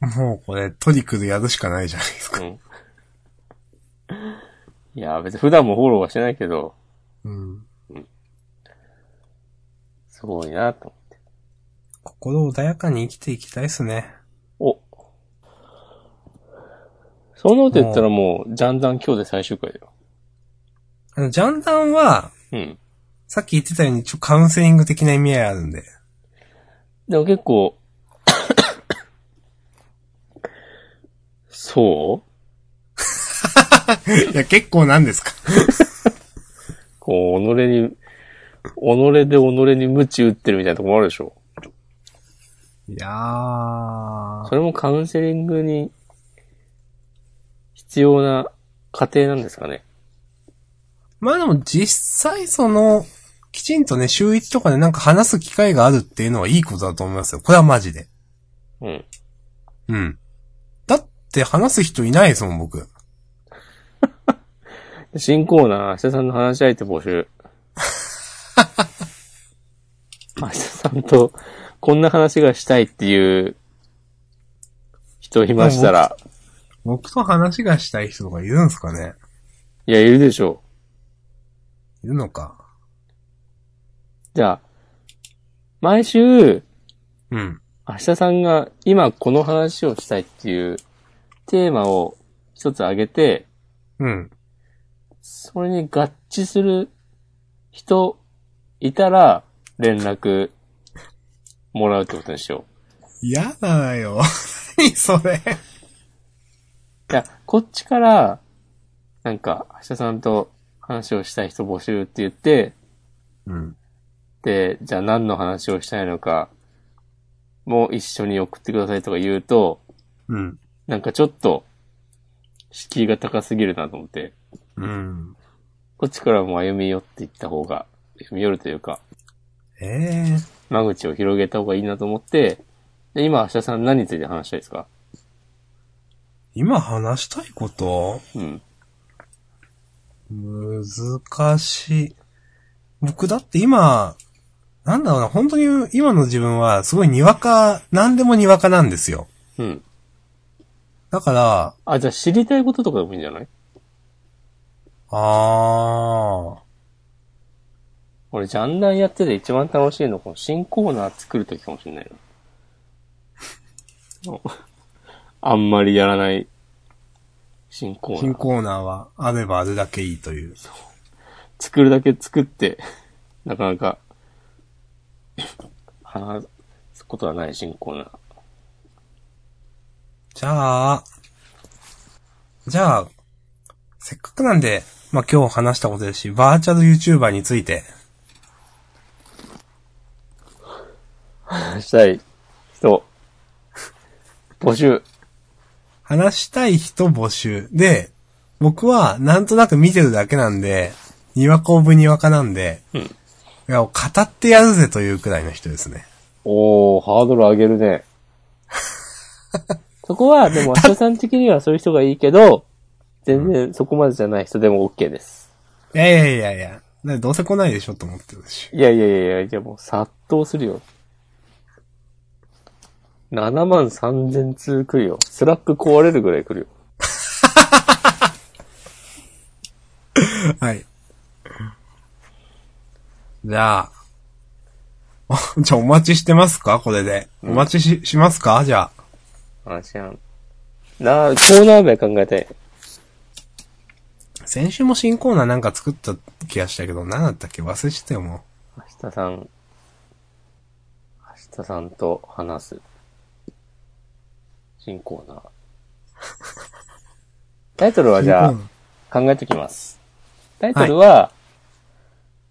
[SPEAKER 2] もうこれトリックでやるしかないじゃないですか。
[SPEAKER 1] うん。いや、別に普段もフォローはしてないけど、
[SPEAKER 2] うん。
[SPEAKER 1] すごいなと
[SPEAKER 2] 心穏やかに生きていきたいですね。
[SPEAKER 1] 思って。おそんなこと言ったらもう、ジャンダン今日で最終回だよ。
[SPEAKER 2] あの、ジャンダンは、
[SPEAKER 1] うん。
[SPEAKER 2] さっき言ってたように、一応カウンセリング的な意味合いあるんで。
[SPEAKER 1] でも結構、 そう
[SPEAKER 2] いや、結構なんですか
[SPEAKER 1] こう、己に、己で己に鞭打ってるみたいなとこもあるでしょ。
[SPEAKER 2] いやー
[SPEAKER 1] そ。れもカウンセリングに必要な過程なんですかね。
[SPEAKER 2] まあでも実際その、きちんとね、週1とかでなんか話す機会があるっていうのはいいことだと思いますよ。これはマジで。
[SPEAKER 1] うん。
[SPEAKER 2] うん。だって話す人いないですもん、僕。
[SPEAKER 1] 新コーナー、明日さんの話し相手募集。明日さんと、こんな話がしたいっていう人いましたら、
[SPEAKER 2] 僕と話がしたい人とかいるんですかね
[SPEAKER 1] いや、いるでしょ
[SPEAKER 2] いるのか。
[SPEAKER 1] う。じゃあ、毎週、
[SPEAKER 2] うん。
[SPEAKER 1] 明日さんが今この話をしたいっていうテーマを一つ挙げて、
[SPEAKER 2] うん。
[SPEAKER 1] それに合致する人いたら連絡もらうってことにしよ
[SPEAKER 2] 嫌だよ。 何それ。
[SPEAKER 1] う。いや、こっちから、なんか、明日さんと話をしたい人募集って言って、
[SPEAKER 2] うん。
[SPEAKER 1] で、じゃあ何の話をしたいのか、もう一緒に送ってくださいとか言うと、
[SPEAKER 2] うん。
[SPEAKER 1] なんかちょっと、敷居が高すぎるなと思って、
[SPEAKER 2] うん。
[SPEAKER 1] こっちからも歩み寄っていった方が、歩み寄るというか、
[SPEAKER 2] ええ
[SPEAKER 1] 間口を広げた方がいいなと思って、で、今、明日さん何について話したいですか
[SPEAKER 2] 今話したいこと
[SPEAKER 1] うん。
[SPEAKER 2] 難しい。僕だって今、なんだろうな、本当に今の自分はすごいにわか、何でもにわかなんですよ。
[SPEAKER 1] うん。
[SPEAKER 2] だから、
[SPEAKER 1] あ、じゃあ知りたいこととかでもいいんじゃない
[SPEAKER 2] あー、
[SPEAKER 1] 俺、ジャンダンやってて一番楽しいの、この新コーナー作るときかもしれないな。あんまりやらない新コーナ
[SPEAKER 2] 新
[SPEAKER 1] ー。
[SPEAKER 2] コーナーはあればあるだけいいという。
[SPEAKER 1] 作るだけ作って、なかなか、話すことはない新コーナー。
[SPEAKER 2] じゃあ、じゃあ、せっかくなんで、まあ、今日話したことですし、バーチャル YouTuber について、
[SPEAKER 1] 話したい人、募集。
[SPEAKER 2] 話したい人募集。で、僕はなんとなく見てるだけなんで、にわかオブにわかなんで、
[SPEAKER 1] うん
[SPEAKER 2] いや、語ってやるぜというくらいの人ですね。
[SPEAKER 1] おー、ハードル上げる ね。そこは、でも、明日さん的にはそういう人がいいけど、全然そこまでじゃない人でも OK です。
[SPEAKER 2] いやいやいやいや、だってどうせ来ないでしょと思ってる し。
[SPEAKER 1] いやいやいやいや、じゃもう殺到するよ。7万3000通来るよ。スラック壊れるぐらい来るよ。
[SPEAKER 2] はい。じゃあ、 おじゃあお待ちしてますかこれで。お待ちし、しますかじゃあ。
[SPEAKER 1] 話し合う。なあ、コーナー名考えたい。
[SPEAKER 2] 先週も新コーナーなんか作った気がしたけど、何だったっけ忘れちゃったよ、も
[SPEAKER 1] 明日さん、明日さんと話す。新コー ナー。タイトル
[SPEAKER 2] う。
[SPEAKER 1] はじゃあ
[SPEAKER 2] 新コー、
[SPEAKER 1] 考えときます。タイトルは、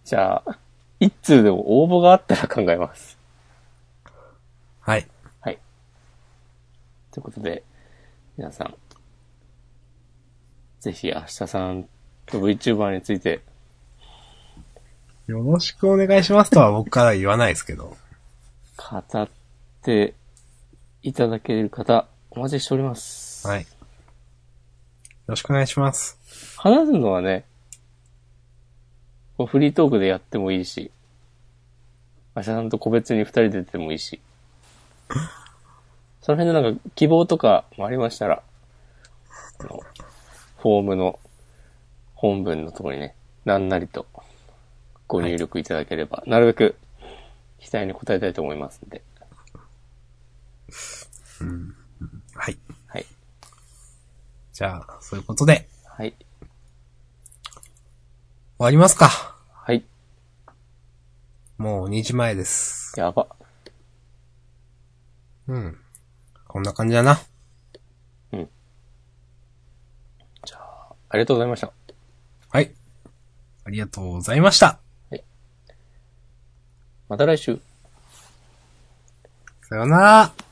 [SPEAKER 1] じゃあ、一通でも応募があったら考えます。
[SPEAKER 2] ナーはい。
[SPEAKER 1] ということで、皆さん、ぜひ明日さんと VTuber について、
[SPEAKER 2] よろしくお願いしますとは僕から言わないですけど。
[SPEAKER 1] 語っていただける方、お待ちしております。
[SPEAKER 2] はい。よろしくお願いします。
[SPEAKER 1] 話すのはね、こうフリートークでやってもいいし、明日さんと個別に二人で出てもいいし、その辺のなんか希望とかもありましたら、あのフォームの本文のところにね、なんなりとご入力いただければ、なるべく期待に応えたいと思いますんで。
[SPEAKER 2] はい。
[SPEAKER 1] はい。
[SPEAKER 2] じゃあ、そういうことで、
[SPEAKER 1] はい。
[SPEAKER 2] わりますか。
[SPEAKER 1] はい。
[SPEAKER 2] もう2時前です。
[SPEAKER 1] やば。
[SPEAKER 2] うん。こんな感じだな。
[SPEAKER 1] ありがとうございました。
[SPEAKER 2] はい。ありがとうございました。
[SPEAKER 1] また来週。
[SPEAKER 2] さようなら。